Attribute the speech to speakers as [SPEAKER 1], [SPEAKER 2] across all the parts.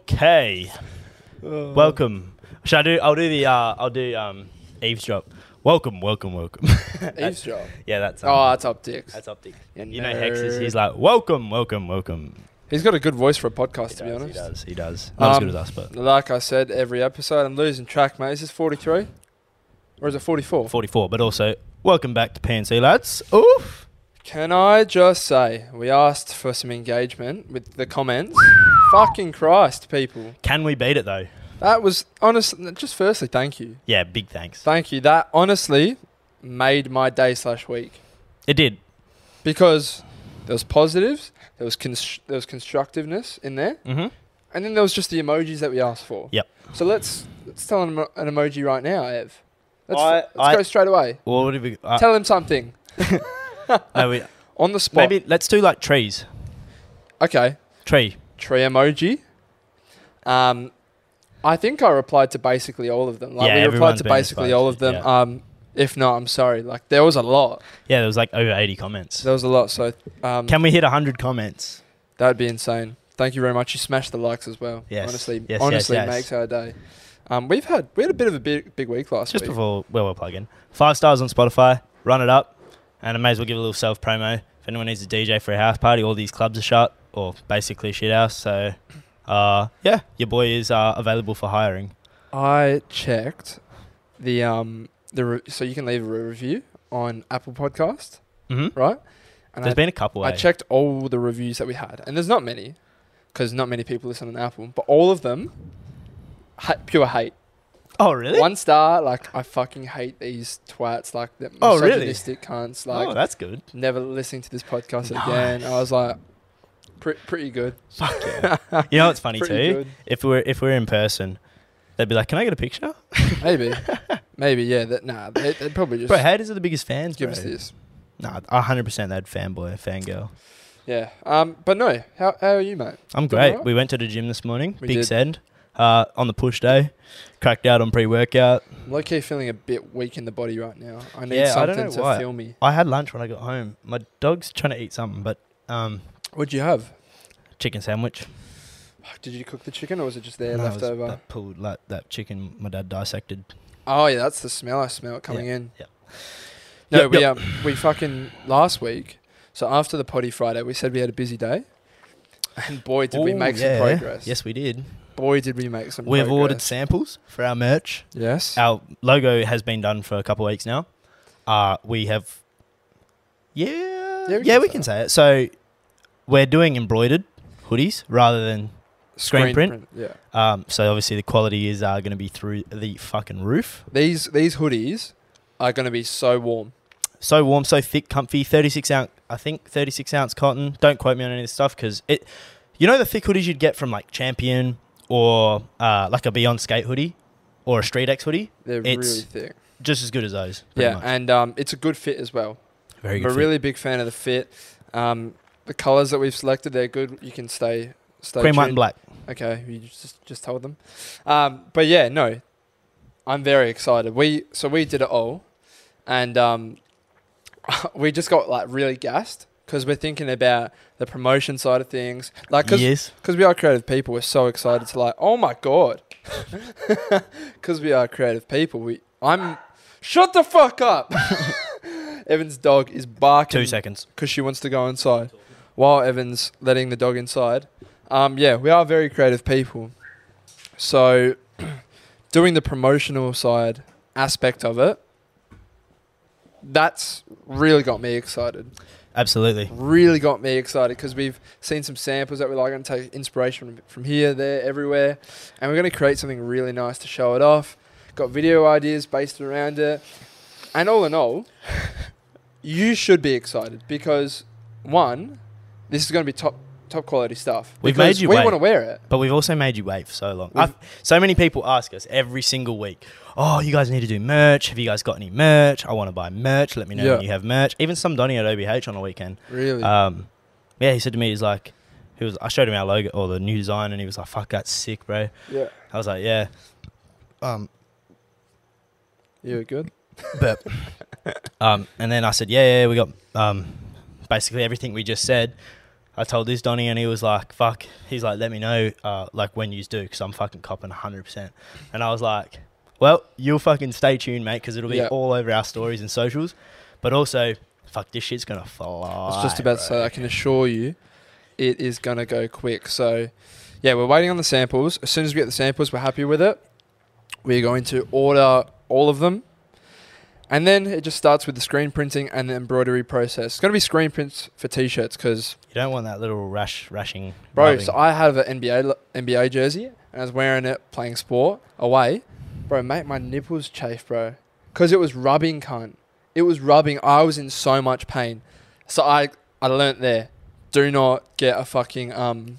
[SPEAKER 1] Okay.
[SPEAKER 2] Uh.
[SPEAKER 1] Welcome. Should I do? I'll do the. Uh, I'll do um, eavesdrop. Welcome, welcome, welcome.
[SPEAKER 2] Eavesdrop.
[SPEAKER 1] yeah, that's um,
[SPEAKER 2] Oh, that's up dicks.
[SPEAKER 1] that's optic.
[SPEAKER 2] Yeah,
[SPEAKER 1] You know, Hex is.
[SPEAKER 2] nerd.
[SPEAKER 1] He's like, welcome, welcome, welcome.
[SPEAKER 2] He's got a good voice for a podcast,
[SPEAKER 1] He
[SPEAKER 2] to be
[SPEAKER 1] does,
[SPEAKER 2] honest.
[SPEAKER 1] he does. He does. Not as
[SPEAKER 2] Um,
[SPEAKER 1] good as us, but
[SPEAKER 2] Like I said, every episode, I'm losing track, mate. Is this 43? Or is it 44?
[SPEAKER 1] 44. But also, welcome back to PNC lads. Oof.
[SPEAKER 2] Can I just say, we asked for some engagement with the comments. Fucking Christ, people.
[SPEAKER 1] Can we beat it though?
[SPEAKER 2] That was, honestly, just firstly, thank you.
[SPEAKER 1] Yeah, big thanks.
[SPEAKER 2] Thank you. That honestly made my day slash week.
[SPEAKER 1] It did.
[SPEAKER 2] Because there was positives, there was, const- there was constructiveness in there.
[SPEAKER 1] Mm-hmm.
[SPEAKER 2] And then there was just the emojis that we asked for.
[SPEAKER 1] Yep.
[SPEAKER 2] So let's let's tell him an emoji right now, Ev. Let's,
[SPEAKER 1] I-
[SPEAKER 2] let's
[SPEAKER 1] I-
[SPEAKER 2] go straight away.
[SPEAKER 1] Well, what did we? Uh,
[SPEAKER 2] tell him something
[SPEAKER 1] no, we-
[SPEAKER 2] on the spot.
[SPEAKER 1] maybe let's do like trees.
[SPEAKER 2] Okay.
[SPEAKER 1] Tree.
[SPEAKER 2] Tree emoji. Um, I think I replied to basically all of them. Like
[SPEAKER 1] Yeah,
[SPEAKER 2] we replied
[SPEAKER 1] everyone's
[SPEAKER 2] to
[SPEAKER 1] been
[SPEAKER 2] basically
[SPEAKER 1] inspired,
[SPEAKER 2] all of them.
[SPEAKER 1] yeah.
[SPEAKER 2] Um, if not, I'm sorry. Like there was a lot.
[SPEAKER 1] Yeah, there was like over 80 comments.
[SPEAKER 2] There was a lot. So um,
[SPEAKER 1] Can we hit 100 comments?
[SPEAKER 2] that'd be insane. Thank you very much. You smashed the likes as well.
[SPEAKER 1] Yes.
[SPEAKER 2] Honestly,
[SPEAKER 1] Yes, yes,
[SPEAKER 2] honestly
[SPEAKER 1] yes.
[SPEAKER 2] makes our day. Um, we've had we had a bit of a big big week last
[SPEAKER 1] just
[SPEAKER 2] week.
[SPEAKER 1] before well, we're plugging five stars on Spotify. Run it up, and I may as well give a little self promo. If anyone needs a DJ for a house party, all these clubs are shut or basically shit house. So, uh, yeah, your boy is uh, available for hiring.
[SPEAKER 2] I checked the um the re- so you can leave a review on Apple Podcast,
[SPEAKER 1] Mm-hmm.
[SPEAKER 2] right? And
[SPEAKER 1] There's
[SPEAKER 2] I,
[SPEAKER 1] been a couple.
[SPEAKER 2] I
[SPEAKER 1] eh?
[SPEAKER 2] checked all the reviews that we had, and there's not many because not many people listen on Apple, but all of them ha- pure hate.
[SPEAKER 1] Oh really?
[SPEAKER 2] One star, like I fucking hate these twats, like the
[SPEAKER 1] Oh, really?
[SPEAKER 2] misogynistic cunts, like
[SPEAKER 1] oh, that's good.
[SPEAKER 2] never listening to this podcast again. I was like, pre- pretty good,
[SPEAKER 1] Fuck yeah. you know what's funny
[SPEAKER 2] pretty
[SPEAKER 1] too?
[SPEAKER 2] good.
[SPEAKER 1] If we're if we're in person, they'd be like, "Can I get a picture?"
[SPEAKER 2] Maybe, maybe yeah. That nah, they, they'd probably just
[SPEAKER 1] Bro, haters are the biggest fans.
[SPEAKER 2] give
[SPEAKER 1] bro.
[SPEAKER 2] us this.
[SPEAKER 1] Nah, hundred percent. They'd fanboy, fangirl.
[SPEAKER 2] Yeah. Um, but no, how, how are you, mate?
[SPEAKER 1] I'm
[SPEAKER 2] Doing
[SPEAKER 1] great.
[SPEAKER 2] alright?
[SPEAKER 1] We went to the gym this morning,
[SPEAKER 2] We
[SPEAKER 1] big
[SPEAKER 2] did.
[SPEAKER 1] send, uh, on the push day. Cracked out on pre workout.
[SPEAKER 2] I'm low key feeling a bit weak in the body right now. I need
[SPEAKER 1] Yeah, I don't
[SPEAKER 2] something
[SPEAKER 1] know
[SPEAKER 2] to
[SPEAKER 1] why.
[SPEAKER 2] feel me.
[SPEAKER 1] I had lunch when I got home. My dog's trying to eat something, but um,
[SPEAKER 2] What'd you have?
[SPEAKER 1] chicken sandwich.
[SPEAKER 2] Fuck, Did you cook the chicken or was it just there
[SPEAKER 1] No, it was
[SPEAKER 2] left over?
[SPEAKER 1] That pulled like that chicken my dad dissected.
[SPEAKER 2] Oh yeah, that's the smell. I smell it coming in.
[SPEAKER 1] yeah.
[SPEAKER 2] No,
[SPEAKER 1] Yep,
[SPEAKER 2] we
[SPEAKER 1] yep.
[SPEAKER 2] um we fucking last week. So after the potty Friday, we said we had a busy day, and boy did we
[SPEAKER 1] Ooh,
[SPEAKER 2] make
[SPEAKER 1] yeah.
[SPEAKER 2] some progress.
[SPEAKER 1] Yes, we did.
[SPEAKER 2] Boy did we make some.
[SPEAKER 1] We've ordered
[SPEAKER 2] progress.
[SPEAKER 1] samples for our merch.
[SPEAKER 2] Yes.
[SPEAKER 1] Our logo has been done for a couple of weeks now. Uh, we have. Yeah,
[SPEAKER 2] Yeah,
[SPEAKER 1] yeah,
[SPEAKER 2] we
[SPEAKER 1] we,
[SPEAKER 2] can
[SPEAKER 1] can,
[SPEAKER 2] say
[SPEAKER 1] say it. So, we're doing embroidered hoodies rather than screen print.
[SPEAKER 2] Yeah.
[SPEAKER 1] Um, so obviously the quality is uh, going to be through the fucking roof.
[SPEAKER 2] These these hoodies are going to be so warm.
[SPEAKER 1] So warm, so thick, comfy. Thirty-six ounce, I think thirty-six ounce cotton. Don't quote me on any of this stuff because it. You know the thick hoodies you'd get from like Champion or uh, like a Beyond Skate hoodie or a Street X hoodie,
[SPEAKER 2] They're really
[SPEAKER 1] It's-
[SPEAKER 2] thick.
[SPEAKER 1] just as good as those. pretty
[SPEAKER 2] Yeah,
[SPEAKER 1] much.
[SPEAKER 2] and um, it's a good fit as well.
[SPEAKER 1] very
[SPEAKER 2] I'm a
[SPEAKER 1] good.
[SPEAKER 2] really big fan of the fit. Um, the colors that we've selected, they're good. You can stay, stay
[SPEAKER 1] fit. cream, white, and
[SPEAKER 2] tuned.
[SPEAKER 1] black.
[SPEAKER 2] Okay, you just just told them. Um, but yeah, no, I'm very excited. We so we did it all, and um, we just got like really gassed because we're thinking about the promotion side of things. Like, Uh, cause,
[SPEAKER 1] yes,
[SPEAKER 2] 'cause we are creative people, we're so excited to like, oh my god, because we are creative people. We I'm shut the fuck up. Evan's dog is barking
[SPEAKER 1] two seconds.
[SPEAKER 2] because she wants to go inside while Evan's letting the dog inside. Um, yeah, we are very creative people. So, doing the promotional side aspect of it, that's really got me excited.
[SPEAKER 1] Absolutely.
[SPEAKER 2] Really got me excited because we've seen some samples that we're like going to take inspiration from here, there, everywhere. And we're going to create something really nice to show it off. Got video ideas based around it. And all in all, you should be excited because one, this is going to be top top quality stuff.
[SPEAKER 1] We've
[SPEAKER 2] Because
[SPEAKER 1] made you
[SPEAKER 2] We
[SPEAKER 1] wait.
[SPEAKER 2] want to wear it.
[SPEAKER 1] But we've also made you wait for so long.
[SPEAKER 2] We've-
[SPEAKER 1] I've, so many people ask us every single week, "Oh, you guys need to do merch. Have you guys got any merch? I want to buy merch. Let me know
[SPEAKER 2] Yeah.
[SPEAKER 1] when you have merch." Even some Donny at OBH on a weekend.
[SPEAKER 2] Really,
[SPEAKER 1] Um, yeah, he said to me, "He's like, he was." I showed him our logo or the new design, and he was like, "Fuck, that's sick, bro."
[SPEAKER 2] yeah.
[SPEAKER 1] I was like, "Yeah." Um,
[SPEAKER 2] You were good.
[SPEAKER 1] but um, and then I said, "Yeah, yeah, we got um, basically everything we just said." I told this Donny, and he was like, "Fuck." He's like, "Let me know, uh, like when you do, because I'm fucking copping 100." percent And I was like, "Well, you'll fucking stay tuned, mate, because it'll be
[SPEAKER 2] Yeah.
[SPEAKER 1] all over our stories and socials, but also, fuck, this shit's gonna fly."
[SPEAKER 2] I was just about to say, I can assure you, it is going to go quick. So, yeah, we're waiting on the samples. As soon as we get the samples, we're happy with it. We're going to order all of them. And then it just starts with the screen printing and the embroidery process. It's going to be screen prints for t shirts because,
[SPEAKER 1] You don't want that little rash, rashing.
[SPEAKER 2] bro,
[SPEAKER 1] rubbing.
[SPEAKER 2] so I have an NBA, lo- NBA jersey and I was wearing it playing sport away. Bro, mate, my nipples chafe, bro. Because it was rubbing, cunt. It was rubbing. I was in so much pain. So I, I learnt there. Do not get a fucking um,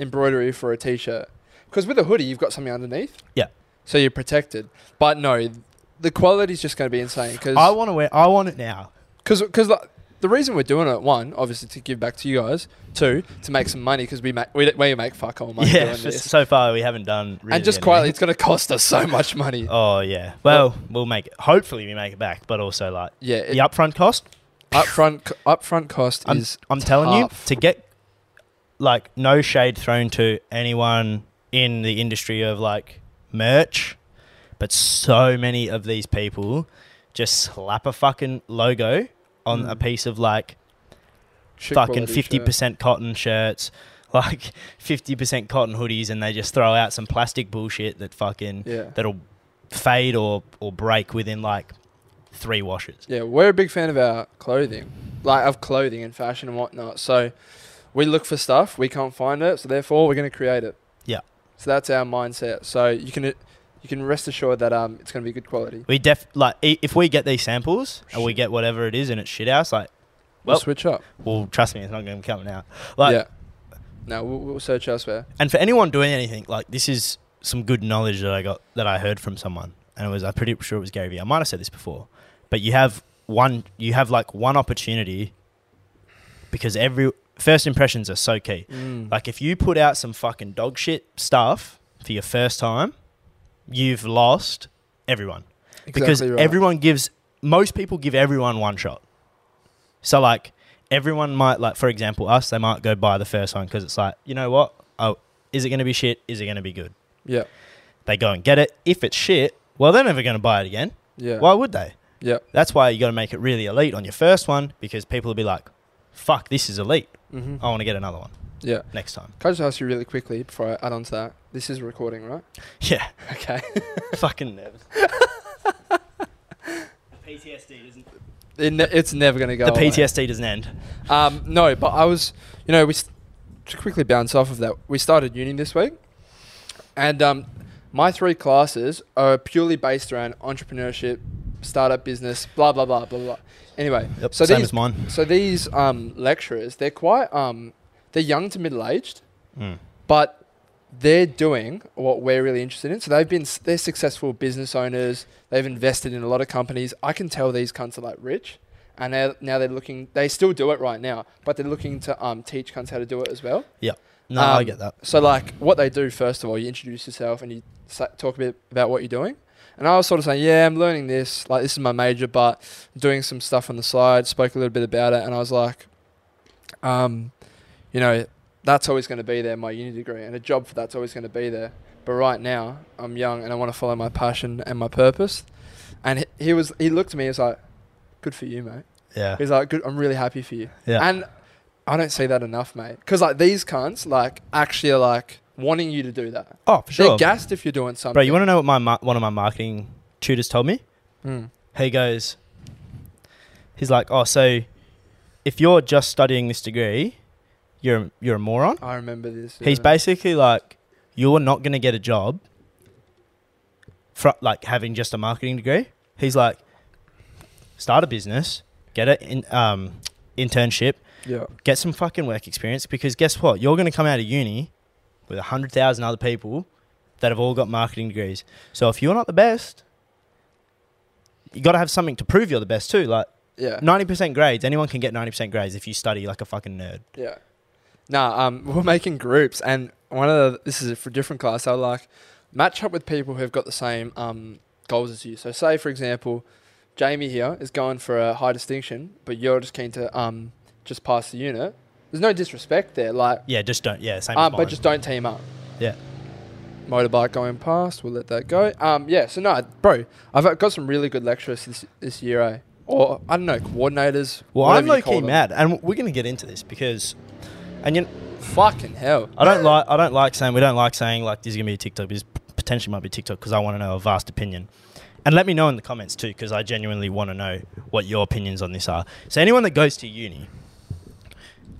[SPEAKER 2] embroidery for a t-shirt. Because with a hoodie, you've got something underneath.
[SPEAKER 1] Yeah.
[SPEAKER 2] So you're protected. But no, the quality's just going to be insane.
[SPEAKER 1] I
[SPEAKER 2] Because
[SPEAKER 1] want to wear. I want it now.
[SPEAKER 2] because the, the reason we're doing it, one, obviously to give back to you guys. Two, to make some money because we make we, don't- we make fuck all money
[SPEAKER 1] yeah.
[SPEAKER 2] doing
[SPEAKER 1] it's just-
[SPEAKER 2] this.
[SPEAKER 1] so far, we haven't done. Really
[SPEAKER 2] and just
[SPEAKER 1] anything.
[SPEAKER 2] quietly, it's going to cost us so much money.
[SPEAKER 1] Oh yeah. Well, we'll make it. Hopefully, we make it back. But also, like
[SPEAKER 2] Yeah. It,
[SPEAKER 1] the upfront cost.
[SPEAKER 2] Upfront c- upfront cost
[SPEAKER 1] I'm,
[SPEAKER 2] is
[SPEAKER 1] I'm telling you
[SPEAKER 2] tough.
[SPEAKER 1] to get like no shade thrown to anyone in the industry of like merch, but so many of these people just slap a fucking logo on a
[SPEAKER 2] Mm.
[SPEAKER 1] piece of like
[SPEAKER 2] shit
[SPEAKER 1] fucking
[SPEAKER 2] quality
[SPEAKER 1] fifty
[SPEAKER 2] shirt.
[SPEAKER 1] percent cotton shirts, like fifty percent cotton hoodies, and they just throw out some plastic bullshit that fucking
[SPEAKER 2] Yeah.
[SPEAKER 1] that'll fade or or break within like three washes.
[SPEAKER 2] Yeah, we're a big fan of our clothing, like of clothing and fashion and whatnot. So we look for stuff, we can't find it, so therefore we're going to create it.
[SPEAKER 1] Yeah.
[SPEAKER 2] So that's our mindset. So you can you can rest assured that um it's going to be good quality.
[SPEAKER 1] We def like i- if we get these samples and we get whatever it is and it's shit house, like
[SPEAKER 2] We'll,
[SPEAKER 1] Well-
[SPEAKER 2] switch up.
[SPEAKER 1] well, trust me, it's not going to be coming out. Like,
[SPEAKER 2] yeah. No, we'll, we'll search elsewhere.
[SPEAKER 1] and for anyone doing anything, like this is some good knowledge that I got that I heard from someone, and it was I'm pretty sure it was Gary Vee. I might have said this before, but you have one, you have like one opportunity because every first impressions are so key.
[SPEAKER 2] Mm.
[SPEAKER 1] Like if you put out some fucking dog shit stuff for your first time, you've lost everyone because everyone gives most people give everyone one shot. So like everyone might like for example us they might go buy the first one because it's like you know what oh is it going to be shit is it going to be good
[SPEAKER 2] yeah
[SPEAKER 1] they go and get it if it's shit well they're never going to buy it again
[SPEAKER 2] yeah
[SPEAKER 1] why would they
[SPEAKER 2] yeah
[SPEAKER 1] that's why you got to make it really elite on your first one because people will be like fuck this is elite
[SPEAKER 2] hmm
[SPEAKER 1] I want to get another one
[SPEAKER 2] yeah.
[SPEAKER 1] next time
[SPEAKER 2] Can I just ask you really quickly before I add on to that? This is recording, right?
[SPEAKER 1] yeah
[SPEAKER 2] Okay.
[SPEAKER 1] fucking nervous PTSD doesn't
[SPEAKER 2] It ne- it's never going to go.
[SPEAKER 1] the
[SPEAKER 2] away.
[SPEAKER 1] PTSD doesn't end
[SPEAKER 2] Um, no, but I was, you know, we s to quickly bounce off of that. We started uni this week, and um, my three classes are purely based around entrepreneurship, startup business, blah blah blah blah blah. Anyway,
[SPEAKER 1] yep,
[SPEAKER 2] so
[SPEAKER 1] same
[SPEAKER 2] these
[SPEAKER 1] as mine
[SPEAKER 2] so these um, lecturers, they're quite um, they're young to middle aged,
[SPEAKER 1] Mm.
[SPEAKER 2] but they're doing what we're really interested in. So they've been they're successful business owners. They've invested in a lot of companies. I can tell these cunts are like rich, and they're, now they're looking. They still do it right now, but they're looking to um, teach cunts how to do it as well.
[SPEAKER 1] no I
[SPEAKER 2] Um,
[SPEAKER 1] get that
[SPEAKER 2] So like what they do first of all, you introduce yourself and you sa- talk a bit about what you're doing. And I was sort of saying, yeah, I'm learning this. Like this is my major, but doing some stuff on the side. Spoke a little bit about it, and I was like, um, you know, that's always going to be there, my uni degree, and a job for that's always going to be there. But right now, I'm young and I want to follow my passion and my purpose. And he, he was, he looked at me, he was like, good for you, mate.
[SPEAKER 1] yeah
[SPEAKER 2] He's like, good, I'm really happy for you.
[SPEAKER 1] Yeah.
[SPEAKER 2] And I don't see that enough, mate. Because like these cunts, like actually are like wanting you to do that.
[SPEAKER 1] Oh, for sure.
[SPEAKER 2] They're gassed if you're doing something.
[SPEAKER 1] Bro, you want to know what my ma- one of my marketing tutors told me?
[SPEAKER 2] Mm.
[SPEAKER 1] He goes, he's like, oh, so if you're just studying this degree, you're you're a moron.
[SPEAKER 2] I remember this. uh,
[SPEAKER 1] He's
[SPEAKER 2] yeah.
[SPEAKER 1] basically like, you're not gonna get a job. From like having just a marketing degree, he's like, start a business, get an in, um, internship,
[SPEAKER 2] Yeah.
[SPEAKER 1] get some fucking work experience because guess what? You're going to come out of uni with 100,000 other people that have all got marketing degrees. So if you're not the best, you got to have something to prove you're the best too. Like
[SPEAKER 2] Yeah.
[SPEAKER 1] 90% grades, anyone can get 90% grades if you study like a fucking nerd.
[SPEAKER 2] Yeah. Nah, um, we're making groups, and one of the this is for a different class. I like match up with people who've got the same um, goals as you. So, say for example, Jamie here is going for a high distinction, but you're just keen to um, just pass the unit. There's no disrespect there. Like,
[SPEAKER 1] Yeah, just don't. Yeah, same.
[SPEAKER 2] um,
[SPEAKER 1] as mine.
[SPEAKER 2] but just don't team up.
[SPEAKER 1] Yeah.
[SPEAKER 2] Motorbike going past, we'll let that go. Um, yeah, so no, bro, I've got some really good lecturers this, this year, eh? Or, I don't know, coordinators.
[SPEAKER 1] Well,
[SPEAKER 2] whatever
[SPEAKER 1] I'm
[SPEAKER 2] you
[SPEAKER 1] low
[SPEAKER 2] call
[SPEAKER 1] key
[SPEAKER 2] them.
[SPEAKER 1] mad, and we're gonna get into this because, and you,
[SPEAKER 2] Fucking hell.
[SPEAKER 1] I don't like I don't like saying we don't like saying like this is gonna be a TikTok. This potentially might be TikTok because I want to know a vast opinion, and let me know in the comments too because I genuinely want to know what your opinions on this are. So anyone that goes to uni,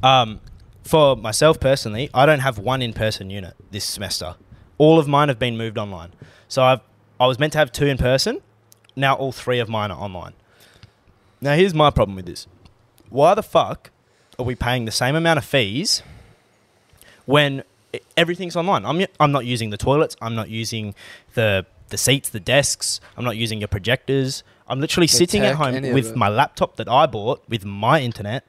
[SPEAKER 1] um, for myself personally, I don't have one in person unit this semester. All of mine have been moved online. So I've I was meant to have two in person. Now all three of mine are online. Now here's my problem with this. Why the fuck are we paying the same amount of fees when i- everything's online. I'm I'm not using the toilets. I'm not using the the seats, the desks. I'm not using your projectors. I'm literally
[SPEAKER 2] The
[SPEAKER 1] sitting at
[SPEAKER 2] tech,
[SPEAKER 1] home
[SPEAKER 2] any of
[SPEAKER 1] with
[SPEAKER 2] it.
[SPEAKER 1] my laptop that I bought with my internet,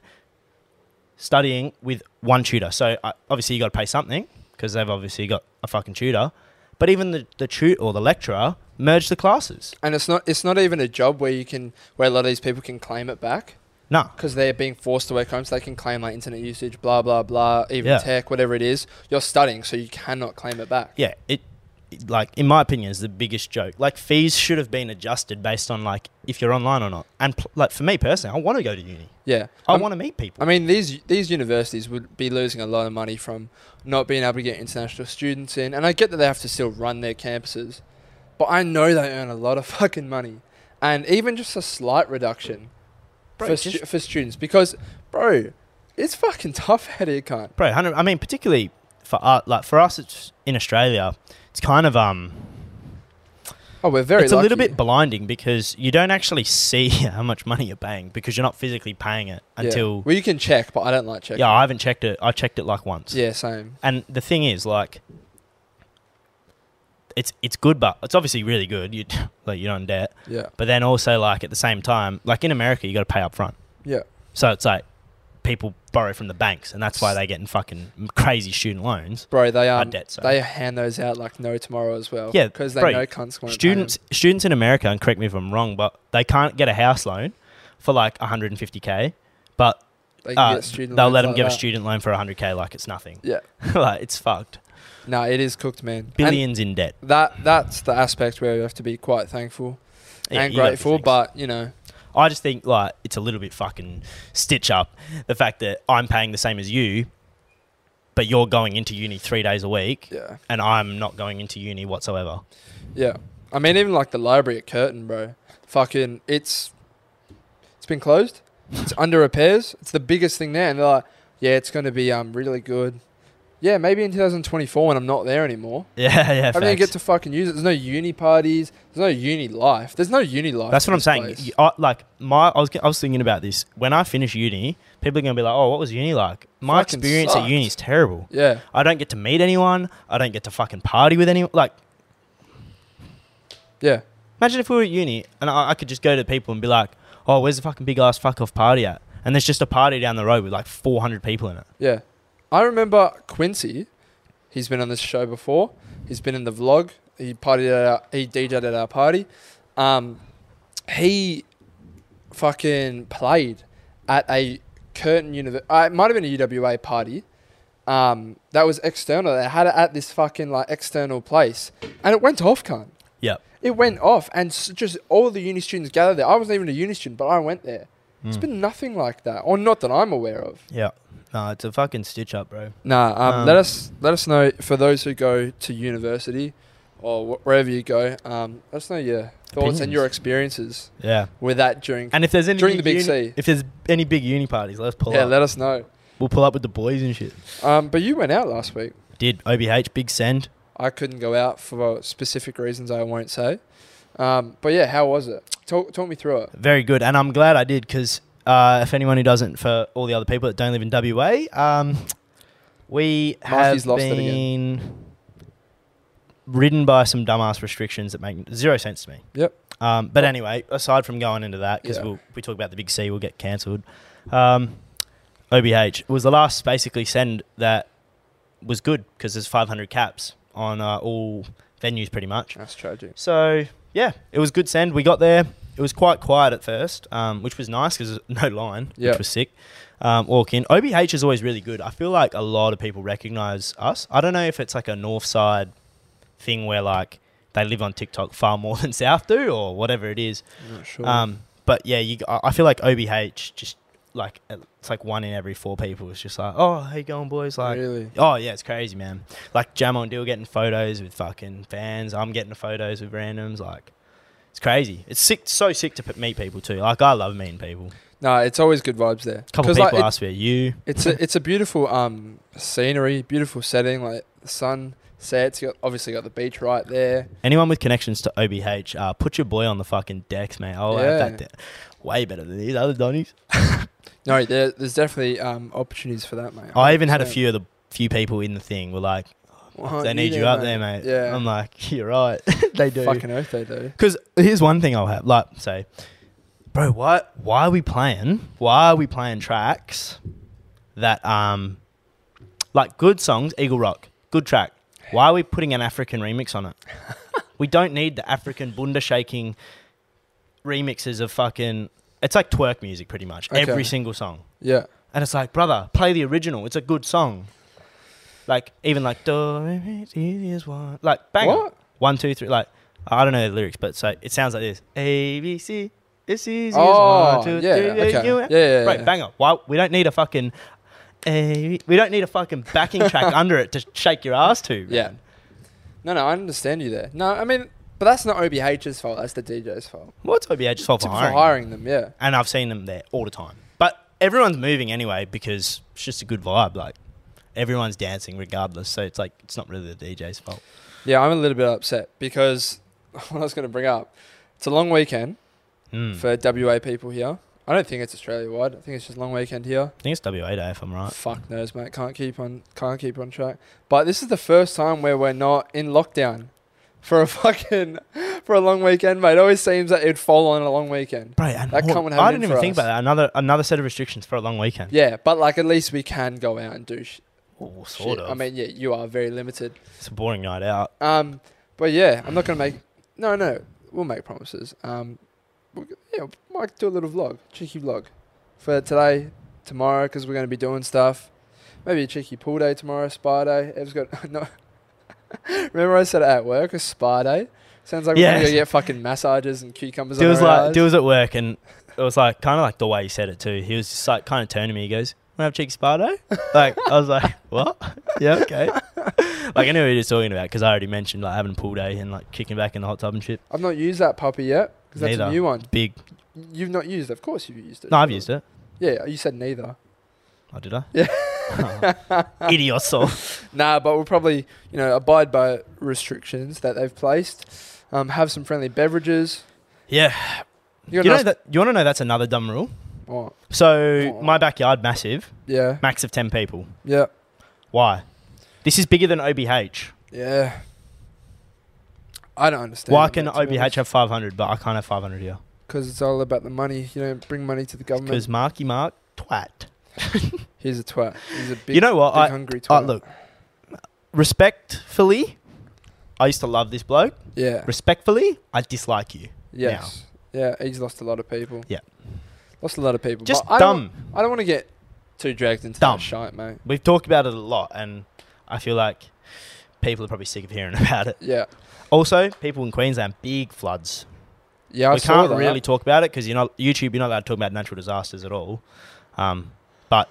[SPEAKER 1] studying with one tutor. So I, obviously you got to pay something because they've obviously got a fucking tutor. But even the the tutor or the lecturer merged the classes.
[SPEAKER 2] And it's not it's not even a job where you can where a lot of these people can claim it back
[SPEAKER 1] No,
[SPEAKER 2] because they're being forced to work home, so they can claim like internet usage, blah blah blah, even
[SPEAKER 1] Yeah.
[SPEAKER 2] tech, whatever it is. You're studying, so you cannot claim it back.
[SPEAKER 1] yeah, it it- like in my opinion is the biggest joke. Like fees should have been adjusted based on like if you're online or not. And pl- like for me personally, I want to go to uni.
[SPEAKER 2] Yeah,
[SPEAKER 1] I
[SPEAKER 2] I'm-
[SPEAKER 1] want to meet people.
[SPEAKER 2] I mean, these these universities would be losing a lot of money from not being able to get international students in, and I get that they have to still run their campuses, but I know they earn a lot of fucking money, and even just a slight reduction
[SPEAKER 1] Bro,
[SPEAKER 2] for
[SPEAKER 1] just-
[SPEAKER 2] stu- for students because, bro, it's fucking tough out here, cunt.
[SPEAKER 1] bro. 100, I mean, particularly for art, like for us, it's in Australia. It's kind of um,
[SPEAKER 2] Oh, we're very.
[SPEAKER 1] it's a little
[SPEAKER 2] lucky.
[SPEAKER 1] bit blinding because you don't actually see how much money you're paying because you're not physically paying it
[SPEAKER 2] Yeah.
[SPEAKER 1] until.
[SPEAKER 2] well, you can check, but I don't like
[SPEAKER 1] Yeah,
[SPEAKER 2] checking.
[SPEAKER 1] I haven't checked it. I checked it like once.
[SPEAKER 2] Yeah, same.
[SPEAKER 1] And the thing is, like, it's it's good, but it's obviously really good. You like you're not in debt,
[SPEAKER 2] Yeah,
[SPEAKER 1] but then also like at the same time, like in America, you got to pay up front.
[SPEAKER 2] yeah,
[SPEAKER 1] So it's like people borrow from the banks, and that's why they're getting fucking crazy student loans.
[SPEAKER 2] bro. They are.
[SPEAKER 1] Our debt, sorry.
[SPEAKER 2] They hand those out like no tomorrow as well.
[SPEAKER 1] Yeah,
[SPEAKER 2] because they
[SPEAKER 1] bro,
[SPEAKER 2] know cunts won't. pay 'em.
[SPEAKER 1] students students in America, and correct me if I'm wrong, but they can't get a house loan for like 150k, but
[SPEAKER 2] They can
[SPEAKER 1] uh,
[SPEAKER 2] get student
[SPEAKER 1] they'll
[SPEAKER 2] loans
[SPEAKER 1] let them
[SPEAKER 2] like
[SPEAKER 1] give
[SPEAKER 2] that.
[SPEAKER 1] a student loan for 100k like it's nothing.
[SPEAKER 2] Yeah.
[SPEAKER 1] like it's fucked.
[SPEAKER 2] No, it is cooked, man. And
[SPEAKER 1] Billions in debt.
[SPEAKER 2] that that's the aspect where you have to be quite thankful
[SPEAKER 1] Yeah,
[SPEAKER 2] and
[SPEAKER 1] you gotta be
[SPEAKER 2] grateful.
[SPEAKER 1] thankful.
[SPEAKER 2] But you know,
[SPEAKER 1] I just think like it's a little bit fucking stitch up the fact that I'm paying the same as you, but you're going into uni three days a week,
[SPEAKER 2] yeah,
[SPEAKER 1] and I'm not going into uni whatsoever.
[SPEAKER 2] yeah. I mean, even like the library at Curtin, bro. Fucking, it's it's been closed. It's under repairs. It's the biggest thing there, and they're like, yeah, it's going to be um really good. Yeah, maybe in 2024 when I'm not there anymore.
[SPEAKER 1] Yeah, yeah.
[SPEAKER 2] I don't
[SPEAKER 1] facts.
[SPEAKER 2] even get to fucking use it. There's no uni parties. There's no uni life. There's no uni life.
[SPEAKER 1] That's
[SPEAKER 2] in
[SPEAKER 1] what I'm
[SPEAKER 2] this
[SPEAKER 1] saying.
[SPEAKER 2] place.
[SPEAKER 1] You- I, like my, I was, I was thinking about this. When I finish uni, people are gonna be like, "Oh, what was uni like?" My
[SPEAKER 2] Fucking
[SPEAKER 1] experience
[SPEAKER 2] sucked.
[SPEAKER 1] at uni is terrible.
[SPEAKER 2] Yeah,
[SPEAKER 1] I don't get to meet anyone. I don't get to fucking party with anyone. Like,
[SPEAKER 2] yeah,
[SPEAKER 1] imagine if we were at uni and I, I could just go to people and be like, "Oh, where's the fucking big ass fuck off party at?" And there's just a party down the road with like 400 people in it.
[SPEAKER 2] yeah. I remember Quincy. He's been on this show before. He's been in the vlog. He partied at our, he DJed at our party. Um, he fucking played at a Curtin University. Uh, it might have been a UWA party. Um, that was external. They had it at this fucking like external place, and it went off, cunt.
[SPEAKER 1] Yep.
[SPEAKER 2] It went off, and s- just all the uni students gathered there. I wasn't even a uni student, but I went there. It's
[SPEAKER 1] Mm.
[SPEAKER 2] been nothing like that, or not that I'm aware of.
[SPEAKER 1] Yeah. No, it's a fucking stitch up, bro.
[SPEAKER 2] Nah, um,
[SPEAKER 1] Um,
[SPEAKER 2] let us let us know for those who go to university or wh- wherever you go. Um, let us know your thoughts and
[SPEAKER 1] Opinions.
[SPEAKER 2] your experiences
[SPEAKER 1] Yeah.
[SPEAKER 2] with that during.
[SPEAKER 1] And if there's any
[SPEAKER 2] During the big
[SPEAKER 1] uni-
[SPEAKER 2] C.
[SPEAKER 1] if there's any big uni parties, let's pull
[SPEAKER 2] yeah,
[SPEAKER 1] up.
[SPEAKER 2] let us know.
[SPEAKER 1] we'll pull up with the boys and shit.
[SPEAKER 2] Um, but you went out last week.
[SPEAKER 1] Did OBH big send?
[SPEAKER 2] I couldn't go out for specific reasons I won't say. Um, but yeah, how was it? Talk talk me through it.
[SPEAKER 1] Very good, and I'm glad I did because uh, if anyone who doesn't, for all the other people that don't live in WA, um, we
[SPEAKER 2] Marky's
[SPEAKER 1] have
[SPEAKER 2] lost it again.
[SPEAKER 1] been ridden by some dumbass restrictions that make zero sense to me.
[SPEAKER 2] Yep.
[SPEAKER 1] Um, but anyway, aside from going into that, because
[SPEAKER 2] Yeah.
[SPEAKER 1] we'll, we talk about the big C, we'll get cancelled. Um, OBH was the last basically send that was good because there's 500 caps on uh, all venues pretty much.
[SPEAKER 2] That's tragic.
[SPEAKER 1] So yeah, it was good send. We got there. it was quite quiet at first, um, which was nice because no line,
[SPEAKER 2] Yeah.
[SPEAKER 1] which was sick. Um, walk in. OBH is always really good. I feel like a lot of people recognize us. I don't know if it's like a north side thing where like they live on TikTok far more than South do or whatever it is.
[SPEAKER 2] I'm not sure.
[SPEAKER 1] Um, but yeah, you, I I feel like OBH just like it's like one in every four people is just like, oh, how you going, boys? Like,
[SPEAKER 2] really?
[SPEAKER 1] Oh yeah, it's crazy, man. Like Jamo and Dill getting photos with fucking fans. I'm getting the photos with randoms. Like, it's crazy. It's sick. So sick to p- meet people too. Like I love meeting people.
[SPEAKER 2] No, it's always good vibes there.
[SPEAKER 1] A couple
[SPEAKER 2] 'Cause,
[SPEAKER 1] people
[SPEAKER 2] like, it-
[SPEAKER 1] asked me, "You?"
[SPEAKER 2] it's a it's a beautiful um scenery, beautiful setting. Like the sun sets. You got, obviously got the beach right there.
[SPEAKER 1] Anyone with connections to OBH, uh, put your boy on the fucking decks, mate. I'll have
[SPEAKER 2] Yeah.
[SPEAKER 1] that de- way better than these other Donnies.
[SPEAKER 2] No, there, there's definitely um opportunities for that, mate.
[SPEAKER 1] I even had a
[SPEAKER 2] 100%.
[SPEAKER 1] few of the few people in the thing were like,
[SPEAKER 2] Well,
[SPEAKER 1] "They
[SPEAKER 2] Oh, you
[SPEAKER 1] need you
[SPEAKER 2] do,
[SPEAKER 1] up there, mate."
[SPEAKER 2] Yeah.
[SPEAKER 1] I'm like, "You're right. they do."
[SPEAKER 2] Fucking oath they do.
[SPEAKER 1] Because here's one thing I'll have like say, bro, why why are we playing? Why are we playing tracks that um like good songs? Eagle Rock, good track. Why are we putting an African remix on it? we don't need the African bunda shaking remixes of fucking. It's like twerk music, pretty much
[SPEAKER 2] Okay.
[SPEAKER 1] every single song.
[SPEAKER 2] Yeah.
[SPEAKER 1] And it's like, brother, play the original. It's a good song. Like even like do re, mi, si, si, is one like bang
[SPEAKER 2] What?
[SPEAKER 1] one, two, three. Like I don't know the lyrics, but so it sounds like this: A B C. It's easy. as
[SPEAKER 2] Oh,
[SPEAKER 1] one, two,
[SPEAKER 2] yeah.
[SPEAKER 1] three,
[SPEAKER 2] Okay. Yeah,
[SPEAKER 1] you-
[SPEAKER 2] yeah, yeah.
[SPEAKER 1] Right, banger. Why we don't need a fucking. A, we don't need a fucking backing track under it to shake your ass to.
[SPEAKER 2] Yeah.
[SPEAKER 1] man.
[SPEAKER 2] No, no, I understand you there. No, I mean, but that's not OBH's fault. That's the DJ's fault.
[SPEAKER 1] What's OBH's fault
[SPEAKER 2] For
[SPEAKER 1] for
[SPEAKER 2] hiring,
[SPEAKER 1] hiring?
[SPEAKER 2] them, yeah.
[SPEAKER 1] And I've seen them there all the time. But everyone's moving anyway because it's just a good vibe. Like everyone's dancing regardless. So it's like it's not really the DJ's fault.
[SPEAKER 2] Yeah, I'm a little bit upset because what I was going to bring up, it's a long weekend
[SPEAKER 1] Mm.
[SPEAKER 2] for WA people here. I don't think it's Australia wide. I think it's just a long weekend here.
[SPEAKER 1] I think it's WA day if I'm right.
[SPEAKER 2] Fuck knows, mate. Can't keep on, can't keep on track. But this is the first time where we're not in lockdown for a fucking for a long weekend, mate. It always seems that it'd fall on a long weekend.
[SPEAKER 1] Bro, and
[SPEAKER 2] That
[SPEAKER 1] more-
[SPEAKER 2] can't happen
[SPEAKER 1] I didn't
[SPEAKER 2] for
[SPEAKER 1] even think
[SPEAKER 2] us.
[SPEAKER 1] about that. Another another set of restrictions for a long weekend.
[SPEAKER 2] Yeah, but like at least we can go out and do sh-
[SPEAKER 1] Well, Oh, sort
[SPEAKER 2] shit.
[SPEAKER 1] of.
[SPEAKER 2] I mean, yeah, you are very limited.
[SPEAKER 1] it's a boring night out.
[SPEAKER 2] Um, but yeah, I'm not gonna make. No, no, we'll make promises. Um, we'll, yeah, we might do a little vlog, cheeky vlog, for today, tomorrow, because we're gonna be doing stuff. Maybe a cheeky pool day tomorrow, spa day. Ev's got no. Remember I said it at work a spa day. Sounds like we're
[SPEAKER 1] Yeah.
[SPEAKER 2] gonna go get fucking massages and cucumbers.
[SPEAKER 1] Dude
[SPEAKER 2] on
[SPEAKER 1] was
[SPEAKER 2] our
[SPEAKER 1] like,
[SPEAKER 2] eyes.
[SPEAKER 1] dude was at work, and it was like kind of like the way he said it too. He was just like kind of turning to me. He goes, "Want to have cheeky spa day?" Like I was like, "What? yeah, okay." like I knew what he was talking about because I already mentioned like having pool day and like kicking back in the hot tub and shit.
[SPEAKER 2] I've not used that puppy yet because that's a
[SPEAKER 1] Neither.
[SPEAKER 2] new one.
[SPEAKER 1] Big.
[SPEAKER 2] You've not used. it. Of course, you've used it.
[SPEAKER 1] No, I've used it.
[SPEAKER 2] Yeah, you said neither.
[SPEAKER 1] Oh, did I?
[SPEAKER 2] Yeah.
[SPEAKER 1] Idiot. So
[SPEAKER 2] Nah, but we'll probably, you know, abide by restrictions that they've placed. Um, have some friendly beverages.
[SPEAKER 1] yeah.
[SPEAKER 2] You
[SPEAKER 1] you
[SPEAKER 2] got
[SPEAKER 1] know
[SPEAKER 2] nice-
[SPEAKER 1] that. You want to know that's another dumb rule.
[SPEAKER 2] Oh,
[SPEAKER 1] So
[SPEAKER 2] Oh.
[SPEAKER 1] my backyard massive,
[SPEAKER 2] yeah,
[SPEAKER 1] max of ten people.
[SPEAKER 2] yeah,
[SPEAKER 1] Why? This is bigger than OBH.
[SPEAKER 2] yeah. I don't understand.
[SPEAKER 1] Why can OBH have 500 but I can't have 500 here?
[SPEAKER 2] Because it's all about the money. You don't bring money to the government.
[SPEAKER 1] Because Marky Mark twat.
[SPEAKER 2] He's a twat. He's a big,
[SPEAKER 1] you know what?
[SPEAKER 2] big
[SPEAKER 1] I,
[SPEAKER 2] hungry twat.
[SPEAKER 1] I Oh, look respectfully. I used to love this bloke.
[SPEAKER 2] Yeah.
[SPEAKER 1] Respectfully, I dislike you.
[SPEAKER 2] Yes. Yeah. He's lost a lot of people.
[SPEAKER 1] Yeah.
[SPEAKER 2] Lost a lot of people.
[SPEAKER 1] Just
[SPEAKER 2] but I don't-
[SPEAKER 1] dumb.
[SPEAKER 2] I don't want to get too dragged into
[SPEAKER 1] Dumb.
[SPEAKER 2] that shite, mate.
[SPEAKER 1] We've talked about it a lot, and I feel like people are probably sick of hearing about it.
[SPEAKER 2] Yeah.
[SPEAKER 1] Also, people in Queensland, big floods.
[SPEAKER 2] Yeah. I
[SPEAKER 1] we
[SPEAKER 2] saw
[SPEAKER 1] can't
[SPEAKER 2] that.
[SPEAKER 1] really talk about it because you're not YouTube. You're not allowed to talk about natural disasters at all. Um, but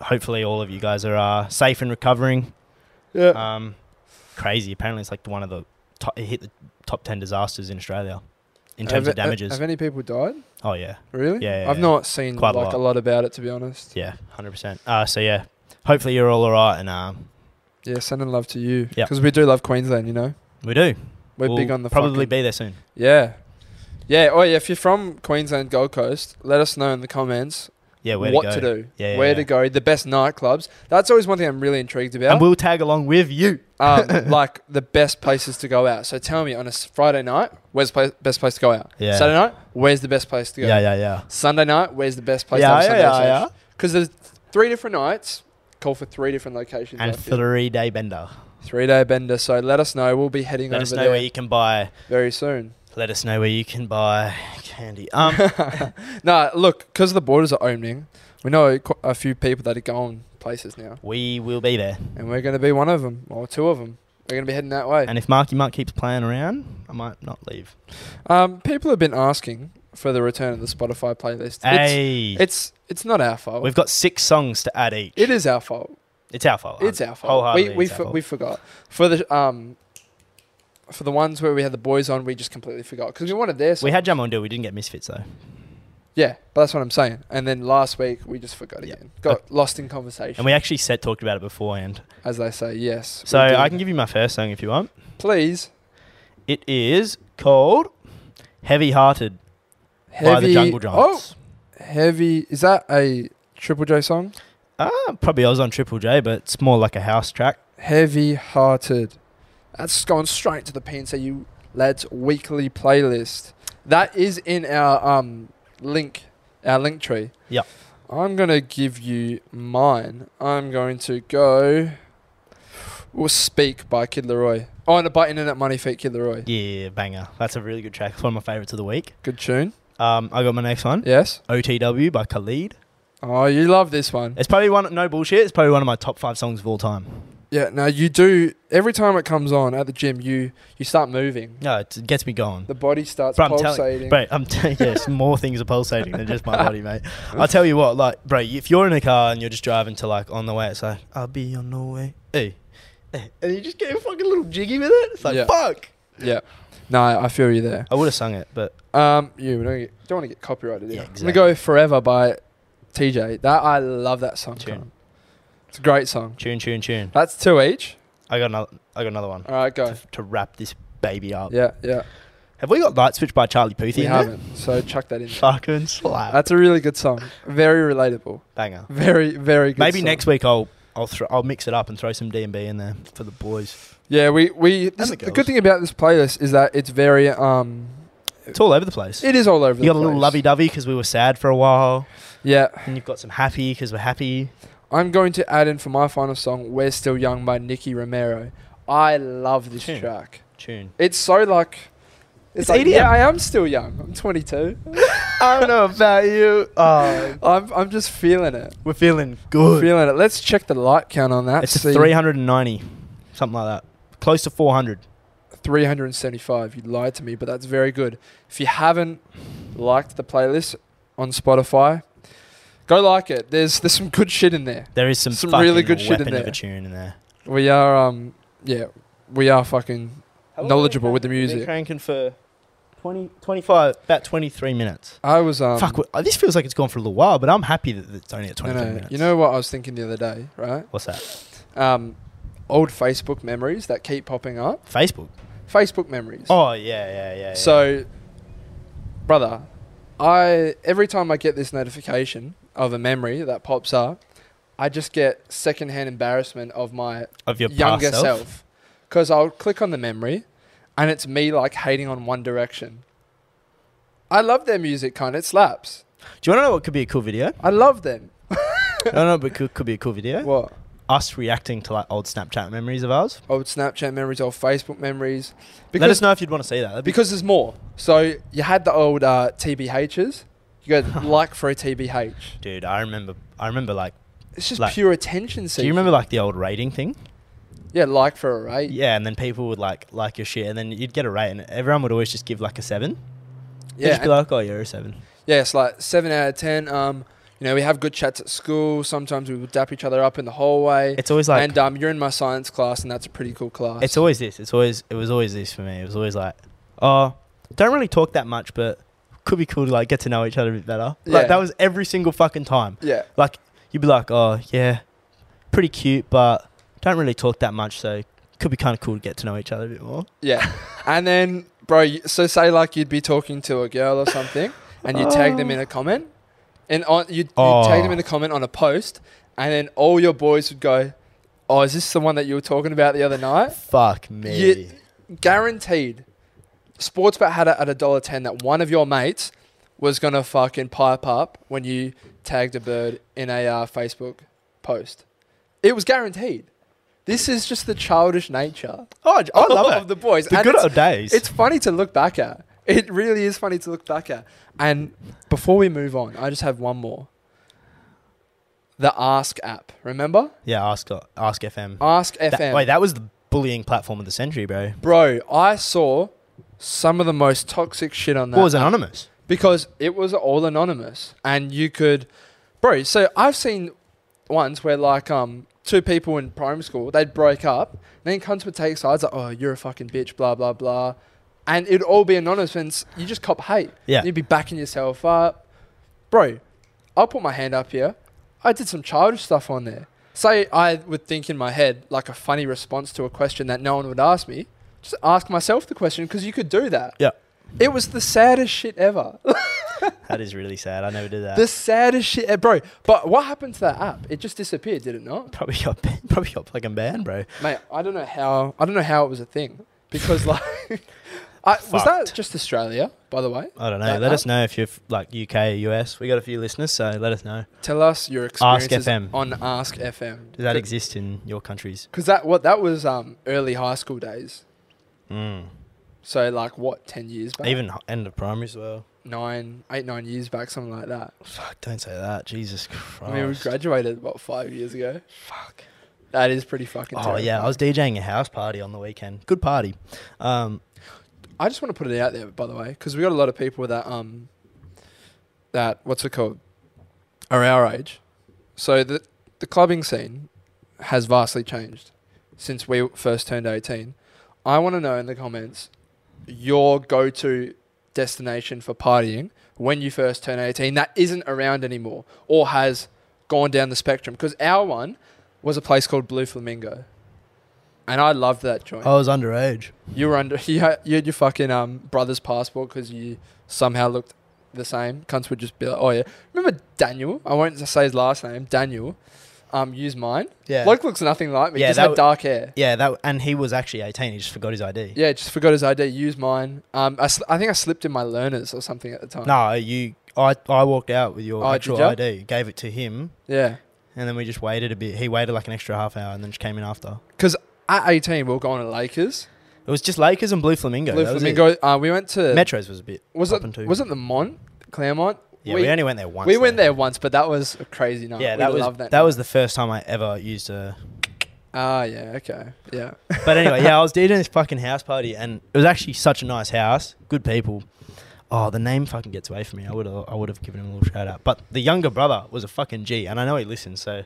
[SPEAKER 1] hopefully, all of you guys are uh, safe and recovering.
[SPEAKER 2] Yeah.
[SPEAKER 1] Um, crazy. Apparently, it's like one of the top, it hit the top ten disasters in Australia in terms of
[SPEAKER 2] Have-
[SPEAKER 1] damages.
[SPEAKER 2] Have, have any people died?
[SPEAKER 1] oh yeah,
[SPEAKER 2] Really?
[SPEAKER 1] Yeah, yeah,
[SPEAKER 2] I've
[SPEAKER 1] yeah.
[SPEAKER 2] not seen
[SPEAKER 1] Quite a
[SPEAKER 2] like a lot.
[SPEAKER 1] lot.
[SPEAKER 2] about it to be honest.
[SPEAKER 1] yeah, hundred percent. Uh, so yeah, hopefully you're all alright, and um,
[SPEAKER 2] Yeah, sending love to you
[SPEAKER 1] Yeah.
[SPEAKER 2] because we do love Queensland. You know,
[SPEAKER 1] we do.
[SPEAKER 2] we're
[SPEAKER 1] We'll
[SPEAKER 2] big on the
[SPEAKER 1] probably
[SPEAKER 2] fucking-
[SPEAKER 1] be there soon.
[SPEAKER 2] Yeah, yeah. Oh yeah, if you're from Queensland Gold Coast, let us know in the comments
[SPEAKER 1] Yeah, where
[SPEAKER 2] what
[SPEAKER 1] to, go.
[SPEAKER 2] to, do,
[SPEAKER 1] Yeah, yeah,
[SPEAKER 2] where
[SPEAKER 1] yeah.
[SPEAKER 2] to go, the best nightclubs. That's always one thing I'm really intrigued about.
[SPEAKER 1] And we'll tag along with you.
[SPEAKER 2] um, like the best places to go out. So tell me on a s- Friday night, where's the pla- best place to go out?
[SPEAKER 1] Yeah.
[SPEAKER 2] Saturday night, where's the best place to go?
[SPEAKER 1] Yeah, yeah, yeah.
[SPEAKER 2] Sunday night, where's the best place to
[SPEAKER 1] Yeah,
[SPEAKER 2] have
[SPEAKER 1] yeah,
[SPEAKER 2] Sunday
[SPEAKER 1] yeah, yeah.
[SPEAKER 2] Because there's three different nights. Call for three different locations. I
[SPEAKER 1] And
[SPEAKER 2] feel.
[SPEAKER 1] three day bender.
[SPEAKER 2] Three day bender. So let us know. We'll be heading
[SPEAKER 1] Let
[SPEAKER 2] over
[SPEAKER 1] us know
[SPEAKER 2] there
[SPEAKER 1] where you can buy
[SPEAKER 2] very soon.
[SPEAKER 1] Let us know where you can buy candy. Um,
[SPEAKER 2] no, look, because the borders are opening, we know qu- a few people that are going places now,
[SPEAKER 1] we will be there.
[SPEAKER 2] and we're going to be one of them or two of them. We're going to be heading that way.
[SPEAKER 1] And if Marky Mark keeps playing around, I might not leave.
[SPEAKER 2] Um, people have been asking for the return of the Spotify playlist. It's,
[SPEAKER 1] Hey,
[SPEAKER 2] it's it's not our fault.
[SPEAKER 1] we've got six songs to add each.
[SPEAKER 2] it is our fault.
[SPEAKER 1] It's our fault.
[SPEAKER 2] It's our fault. We
[SPEAKER 1] Wholeheartedly,
[SPEAKER 2] we,
[SPEAKER 1] it's our
[SPEAKER 2] for,
[SPEAKER 1] fault.
[SPEAKER 2] we forgot for the um for the ones where we had the boys on. We just completely forgot because we wanted their. Song.
[SPEAKER 1] We had Jamondu. We didn't get Misfits though.
[SPEAKER 2] yeah, but that's what I'm saying. And then last week we just forgot
[SPEAKER 1] Yeah.
[SPEAKER 2] again. Got lost in conversation,
[SPEAKER 1] And we actually said talked about it beforehand.
[SPEAKER 2] as they say. Yes. we
[SPEAKER 1] So
[SPEAKER 2] did.
[SPEAKER 1] I can give you my first song if you want.
[SPEAKER 2] please
[SPEAKER 1] It is called Heavy Hearted by
[SPEAKER 2] heavy
[SPEAKER 1] the Jungle
[SPEAKER 2] Oh,
[SPEAKER 1] Giants.
[SPEAKER 2] heavy. Is that a Triple J song?
[SPEAKER 1] Uh, probably I was on Triple J, but it's more like a house track.
[SPEAKER 2] Heavy hearted. That's going straight to the PNCU lads weekly playlist. That is in our um link our link tree.
[SPEAKER 1] Yep.
[SPEAKER 2] I'm gonna give you mine. I'm going to go or speak by Kid Leroy. Oh, and by Internet Money Feet Kid Leroy.
[SPEAKER 1] Yeah, banger. That's a really good track. It's one of my favorites of the week.
[SPEAKER 2] Good tune.
[SPEAKER 1] Um, I got my next one.
[SPEAKER 2] Yes.
[SPEAKER 1] OTW by Khalid.
[SPEAKER 2] Oh, you love this one.
[SPEAKER 1] It's probably one. No bullshit. It's probably one of my top five songs of all time.
[SPEAKER 2] Yeah. Now you do every time it comes on at the gym. You you start moving.
[SPEAKER 1] No, it gets me going.
[SPEAKER 2] The body starts
[SPEAKER 1] Bro, I'm telling-
[SPEAKER 2] pulsating.
[SPEAKER 1] Bro, I'm telling yes, more things are pulsating than just my body, mate. I'll tell you what, like, bro, if you're in a car and you're just driving to like on the way, it's like, I'll be on the way. Hey. hey, And you just get a fucking little jiggy with it. It's like,
[SPEAKER 2] Yeah.
[SPEAKER 1] fuck.
[SPEAKER 2] yeah. No, I feel you there.
[SPEAKER 1] I would have sung it, but
[SPEAKER 2] Um, you we don't, get- don't want to get copyrighted. Yeah,
[SPEAKER 1] Yeah,
[SPEAKER 2] I'm gonna go "Forever" by TJ. That I love that song.
[SPEAKER 1] Tune.
[SPEAKER 2] Connor. It's a great song.
[SPEAKER 1] tune, tune, tune.
[SPEAKER 2] That's two each.
[SPEAKER 1] I got another I got another one
[SPEAKER 2] All right, go.
[SPEAKER 1] to, to wrap this baby up.
[SPEAKER 2] Yeah, yeah.
[SPEAKER 1] Have we got Light Switch by Charlie Puth
[SPEAKER 2] We
[SPEAKER 1] in there?
[SPEAKER 2] haven't, so chuck that in.
[SPEAKER 1] Fucking slap.
[SPEAKER 2] That's a really good song. Very relatable.
[SPEAKER 1] Banger.
[SPEAKER 2] Very, very good.
[SPEAKER 1] Maybe
[SPEAKER 2] song.
[SPEAKER 1] next week I'll I'll throw I'll mix it up and throw some D and B in there for the boys.
[SPEAKER 2] Yeah, we we. This,
[SPEAKER 1] the
[SPEAKER 2] the
[SPEAKER 1] girls.
[SPEAKER 2] good thing about this playlist is that it's very um.
[SPEAKER 1] It's all over the place.
[SPEAKER 2] It is all over.
[SPEAKER 1] you
[SPEAKER 2] the
[SPEAKER 1] got a little
[SPEAKER 2] place.
[SPEAKER 1] lovey dovey because we were sad for a while,
[SPEAKER 2] Yeah,
[SPEAKER 1] and you've got some happy because we're happy.
[SPEAKER 2] I'm going to add in for my final song "We're Still Young" by Nicky Romero. I love this
[SPEAKER 1] Tune.
[SPEAKER 2] track.
[SPEAKER 1] Tune.
[SPEAKER 2] It's so like.
[SPEAKER 1] It's
[SPEAKER 2] It's, like,
[SPEAKER 1] EDM.
[SPEAKER 2] yeah, I am still young. I'm 22.
[SPEAKER 1] I don't know about you. Oh,
[SPEAKER 2] I'm, I'm just feeling it.
[SPEAKER 1] we're feeling
[SPEAKER 2] I'm
[SPEAKER 1] good.
[SPEAKER 2] feeling it. Let's check the like count on that.
[SPEAKER 1] it's
[SPEAKER 2] See,
[SPEAKER 1] a 390, something like that. Close to 400.
[SPEAKER 2] 375. You lied to me, but that's very good. If you haven't liked the playlist on Spotify, go like it. There's there's some good shit in there.
[SPEAKER 1] There is some,
[SPEAKER 2] Some
[SPEAKER 1] fucking
[SPEAKER 2] really good shit in
[SPEAKER 1] weapon of
[SPEAKER 2] there.
[SPEAKER 1] a tune in there.
[SPEAKER 2] We are um yeah, we are fucking knowledgeable with the music.
[SPEAKER 1] cranking for 20, 25, about 23 minutes.
[SPEAKER 2] I was um
[SPEAKER 1] Fuck, we- this feels like it's gone for a little while, but I'm happy that it's only at
[SPEAKER 2] no,
[SPEAKER 1] 23
[SPEAKER 2] no,
[SPEAKER 1] minutes.
[SPEAKER 2] you know what I was thinking the other day, right?
[SPEAKER 1] What's that?
[SPEAKER 2] Um old Facebook memories that keep popping up.
[SPEAKER 1] Facebook.
[SPEAKER 2] Facebook memories.
[SPEAKER 1] Oh, yeah, yeah, yeah. yeah.
[SPEAKER 2] So, brother, I every time I get this notification of a memory that pops up, I just get secondhand embarrassment of my
[SPEAKER 1] of your
[SPEAKER 2] younger
[SPEAKER 1] past self.
[SPEAKER 2] self because I'll click on the memory, and it's me like hating on One Direction. I love their music, kind of it slaps.
[SPEAKER 1] Do you want to know what could be a cool video?
[SPEAKER 2] I love them.
[SPEAKER 1] I don't know, but could, could be a cool video.
[SPEAKER 2] What
[SPEAKER 1] Us reacting to like old Snapchat memories of ours.
[SPEAKER 2] old Snapchat memories, old Facebook memories?
[SPEAKER 1] Let us know if you'd want to see that. That'd be
[SPEAKER 2] because there's more. So you had the old uh, TBHs. You go like for a TBH.
[SPEAKER 1] Dude, I remember. I remember like.
[SPEAKER 2] It's just
[SPEAKER 1] Like-
[SPEAKER 2] pure attention
[SPEAKER 1] Do
[SPEAKER 2] seeking.
[SPEAKER 1] you remember like the old rating thing?
[SPEAKER 2] Yeah, like for a rate.
[SPEAKER 1] Yeah, and then people would like like your shit, and then you'd get a rate, and everyone would always just give like a seven. They'd
[SPEAKER 2] Yeah,
[SPEAKER 1] just be like, oh, you're a seven.
[SPEAKER 2] yeah. It's like seven out of ten. Um, you know, we have good chats at school. Sometimes we would dap each other up in the hallway.
[SPEAKER 1] It's always like.
[SPEAKER 2] and um, you're in my science class, and that's a pretty cool class.
[SPEAKER 1] it's always this. It's always. It was always this for me. It was always like, oh, don't really talk that much, but could be cool to like get to know each other a bit better.
[SPEAKER 2] Yeah.
[SPEAKER 1] Like that was every single fucking time.
[SPEAKER 2] yeah,
[SPEAKER 1] Like you'd be like, oh yeah, pretty cute, but don't really talk that much, so could be kind of cool to get to know each other a bit more.
[SPEAKER 2] yeah. and then, bro, you- so say like you'd be talking to a girl or something, and you tag them in a comment, and on you would tag them
[SPEAKER 1] Oh.
[SPEAKER 2] in a comment on a post, and then all your boys would go, "Oh, is this the one that you were talking about the other night?"
[SPEAKER 1] Fuck me.
[SPEAKER 2] You- guaranteed. Sportsbet had it at a dollar ten that one of your mates was gonna fucking pipe up when you tagged a bird in a uh, Facebook post. It was guaranteed. This is just the childish nature
[SPEAKER 1] Oh, I love
[SPEAKER 2] of
[SPEAKER 1] it.
[SPEAKER 2] the boys.
[SPEAKER 1] The
[SPEAKER 2] and
[SPEAKER 1] good
[SPEAKER 2] it's,
[SPEAKER 1] old days.
[SPEAKER 2] it's funny to look back at It really is funny to look back at. And before we move on, I just have one more. The Ask app, remember?
[SPEAKER 1] Yeah, ask ask FM.
[SPEAKER 2] Ask FM.
[SPEAKER 1] That- wait, that was the bullying platform of the century, bro.
[SPEAKER 2] Bro, I saw some of the most toxic shit on that.
[SPEAKER 1] What was anonymous?
[SPEAKER 2] because it was all anonymous and you could bro so i've seen ones where like um two people in primary school they'd break up then comes would take sides like oh you're a fucking bitch blah blah blah and it'd all be anonymous and s- you just cop hate
[SPEAKER 1] Yeah.
[SPEAKER 2] you'd be backing yourself up bro i'll put my hand up here i did some childish stuff on there say i would think in my head like a funny response to a question that no one would ask me just ask myself the question because you could do that
[SPEAKER 1] Yeah.
[SPEAKER 2] it was the saddest shit ever
[SPEAKER 1] That is really sad. I never did that.
[SPEAKER 2] the saddest shit, eh, bro. But what happened to that app? It just disappeared, did it not,
[SPEAKER 1] probably got ban- probably got fucking banned, bro.
[SPEAKER 2] mate? I don't know how. I don't know how it was a thing because like, I, was that
[SPEAKER 1] Fucked.
[SPEAKER 2] just Australia? By the way,
[SPEAKER 1] I don't know.
[SPEAKER 2] That
[SPEAKER 1] let
[SPEAKER 2] app?
[SPEAKER 1] us know if you're f- like UK or US. We got a few listeners, so let us know.
[SPEAKER 2] tell us your experiences
[SPEAKER 1] FM.
[SPEAKER 2] on Ask FM.
[SPEAKER 1] Does that exist in your countries?
[SPEAKER 2] Because that what that was um early high school days.
[SPEAKER 1] Mm.
[SPEAKER 2] So like what ten years back?
[SPEAKER 1] Even h- end of primary as well.
[SPEAKER 2] nine, eight, nine years back, something like that.
[SPEAKER 1] Fuck, don't say that. Jesus Christ.
[SPEAKER 2] I mean, we graduated about five years ago. Fuck. That is pretty fucking.
[SPEAKER 1] Oh yeah, I
[SPEAKER 2] terrifying.
[SPEAKER 1] was DJing a house party on the weekend. Good party. Um,
[SPEAKER 2] I just want to put it out there, by the way, because we got a lot of people that um, that what's it called, are our age. So the the clubbing scene has vastly changed since we first turned eighteen. I want to know in the comments your go to destination for partying when you first turn eighteen that isn't around anymore or has gone down the spectrum. Because our one was a place called Blue Flamingo, and I loved that joint.
[SPEAKER 1] I was underage.
[SPEAKER 2] You were under. You had, you had your fucking um brother's passport because you somehow looked the same. Cunts would just be like, oh yeah. Remember Daniel? I won't say his last name. Daniel. Um, use mine.
[SPEAKER 1] Yeah.
[SPEAKER 2] Bloke looks nothing like me.
[SPEAKER 1] Yeah,
[SPEAKER 2] just
[SPEAKER 1] that
[SPEAKER 2] had
[SPEAKER 1] w-
[SPEAKER 2] dark hair.
[SPEAKER 1] yeah, that and he was actually 18. He just forgot his ID.
[SPEAKER 2] Yeah, just forgot his ID. Use mine. Um, I, sl- I think I slipped in my learners or something at the time.
[SPEAKER 1] No, you. I I walked out with your
[SPEAKER 2] Oh, did
[SPEAKER 1] actual
[SPEAKER 2] ya?
[SPEAKER 1] ID, gave it to him,
[SPEAKER 2] Yeah.
[SPEAKER 1] and then we just waited a bit. He waited like an extra half hour, and then just came in after.
[SPEAKER 2] Because at 18, we were going to Lakers.
[SPEAKER 1] It was just Lakers and Blue Flamingo.
[SPEAKER 2] Blue
[SPEAKER 1] that was it.
[SPEAKER 2] Flamingo. Uh, we went to.
[SPEAKER 1] Metros was a bit.
[SPEAKER 2] was
[SPEAKER 1] up and
[SPEAKER 2] it
[SPEAKER 1] to.
[SPEAKER 2] was it the Mont Claremont?
[SPEAKER 1] Yeah, we, only went there once.
[SPEAKER 2] we went there once, but that was a crazy night.
[SPEAKER 1] Yeah,
[SPEAKER 2] We
[SPEAKER 1] that was
[SPEAKER 2] loved
[SPEAKER 1] that,
[SPEAKER 2] night.
[SPEAKER 1] was the first time I ever used a.
[SPEAKER 2] Ah, yeah, okay, yeah.
[SPEAKER 1] But anyway, yeah, I was DJing this fucking house party, and it was actually such a nice house. Good people. Oh, the name fucking gets away from me. I would have I would have given him a little shout out. But the younger brother was a fucking G, and I know he listens, so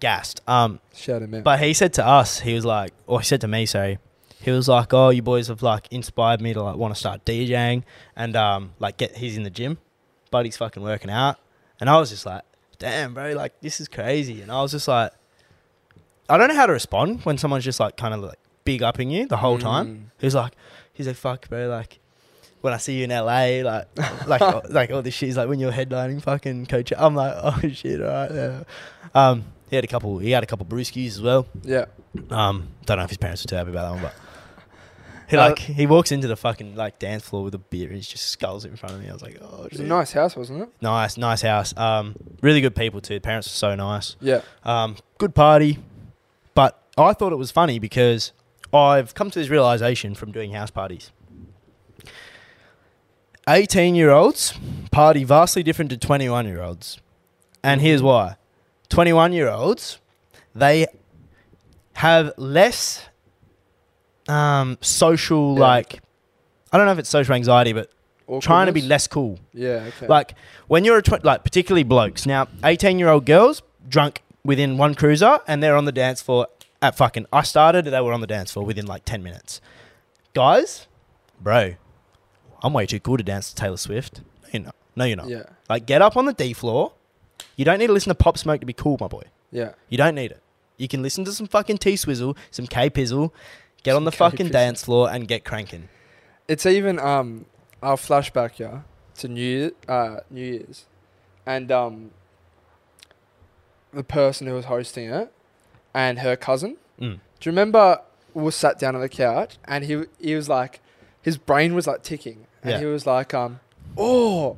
[SPEAKER 1] gassed. Um,
[SPEAKER 2] Shout him out.
[SPEAKER 1] But he said to us, he was like, or he said to me, sorry, he was like, "Oh, you boys have like inspired me to like want to start DJing and um like get he's in the gym, buddy's fucking working out," and I was just like, "Damn, bro, like this is crazy," and I was just like, I don't know how to respond when someone's just like kind of like big upping you the
[SPEAKER 2] Mm.
[SPEAKER 1] whole time. He's like, he's like, fuck, bro, like. When I see you in LA, like, like, like all this shit, he's like, when you're headlining fucking Coachella, I'm like, oh shit, all right, yeah. Um, he had a couple, he had a couple brewskis as well.
[SPEAKER 2] Yeah.
[SPEAKER 1] Um, don't know if his parents were too happy about that one, but he
[SPEAKER 2] Uh,
[SPEAKER 1] like he walks into the fucking like dance floor with a beer and he just skulls it in front of me. I was like, oh,
[SPEAKER 2] It was a
[SPEAKER 1] dude.
[SPEAKER 2] nice house, wasn't it?
[SPEAKER 1] nice, nice house. Um, really good people too. Parents are so nice.
[SPEAKER 2] Yeah.
[SPEAKER 1] Um, good party, but I thought it was funny because I've come to this realization from doing house parties. 18 year olds party vastly different to 21 year olds. And here's why 21 year olds, they have less um, social,
[SPEAKER 2] Yeah.
[SPEAKER 1] like, I don't know if it's social anxiety, but trying to be
[SPEAKER 2] Awkwardness?
[SPEAKER 1] less cool.
[SPEAKER 2] Yeah. Okay.
[SPEAKER 1] Like when you're a tw- like particularly blokes now, eighteen year old girls drunk within one cruiser and they're on the dance floor at fucking. I started, they were on the dance floor within like ten minutes. Guys, bro, I'm way too cool to dance to Taylor Swift. No, you're not. No, you're not.
[SPEAKER 2] Yeah.
[SPEAKER 1] Like get up on the D floor. You don't need to listen to Pop Smoke to be cool, my boy.
[SPEAKER 2] Yeah.
[SPEAKER 1] You don't need it. You can listen to some fucking T Swizzle, some K Pizzle, get on
[SPEAKER 2] Some
[SPEAKER 1] the fucking
[SPEAKER 2] K-Pizzle.
[SPEAKER 1] dance floor and get cranking.
[SPEAKER 2] It's even um, I'll flashback yeah to New Year, uh New Year's, and um, the person who was hosting it, and her cousin.
[SPEAKER 1] Mm.
[SPEAKER 2] Do you remember we sat down on the couch and he he was like, his brain was like ticking, and
[SPEAKER 1] Yeah.
[SPEAKER 2] he was like, um, oh,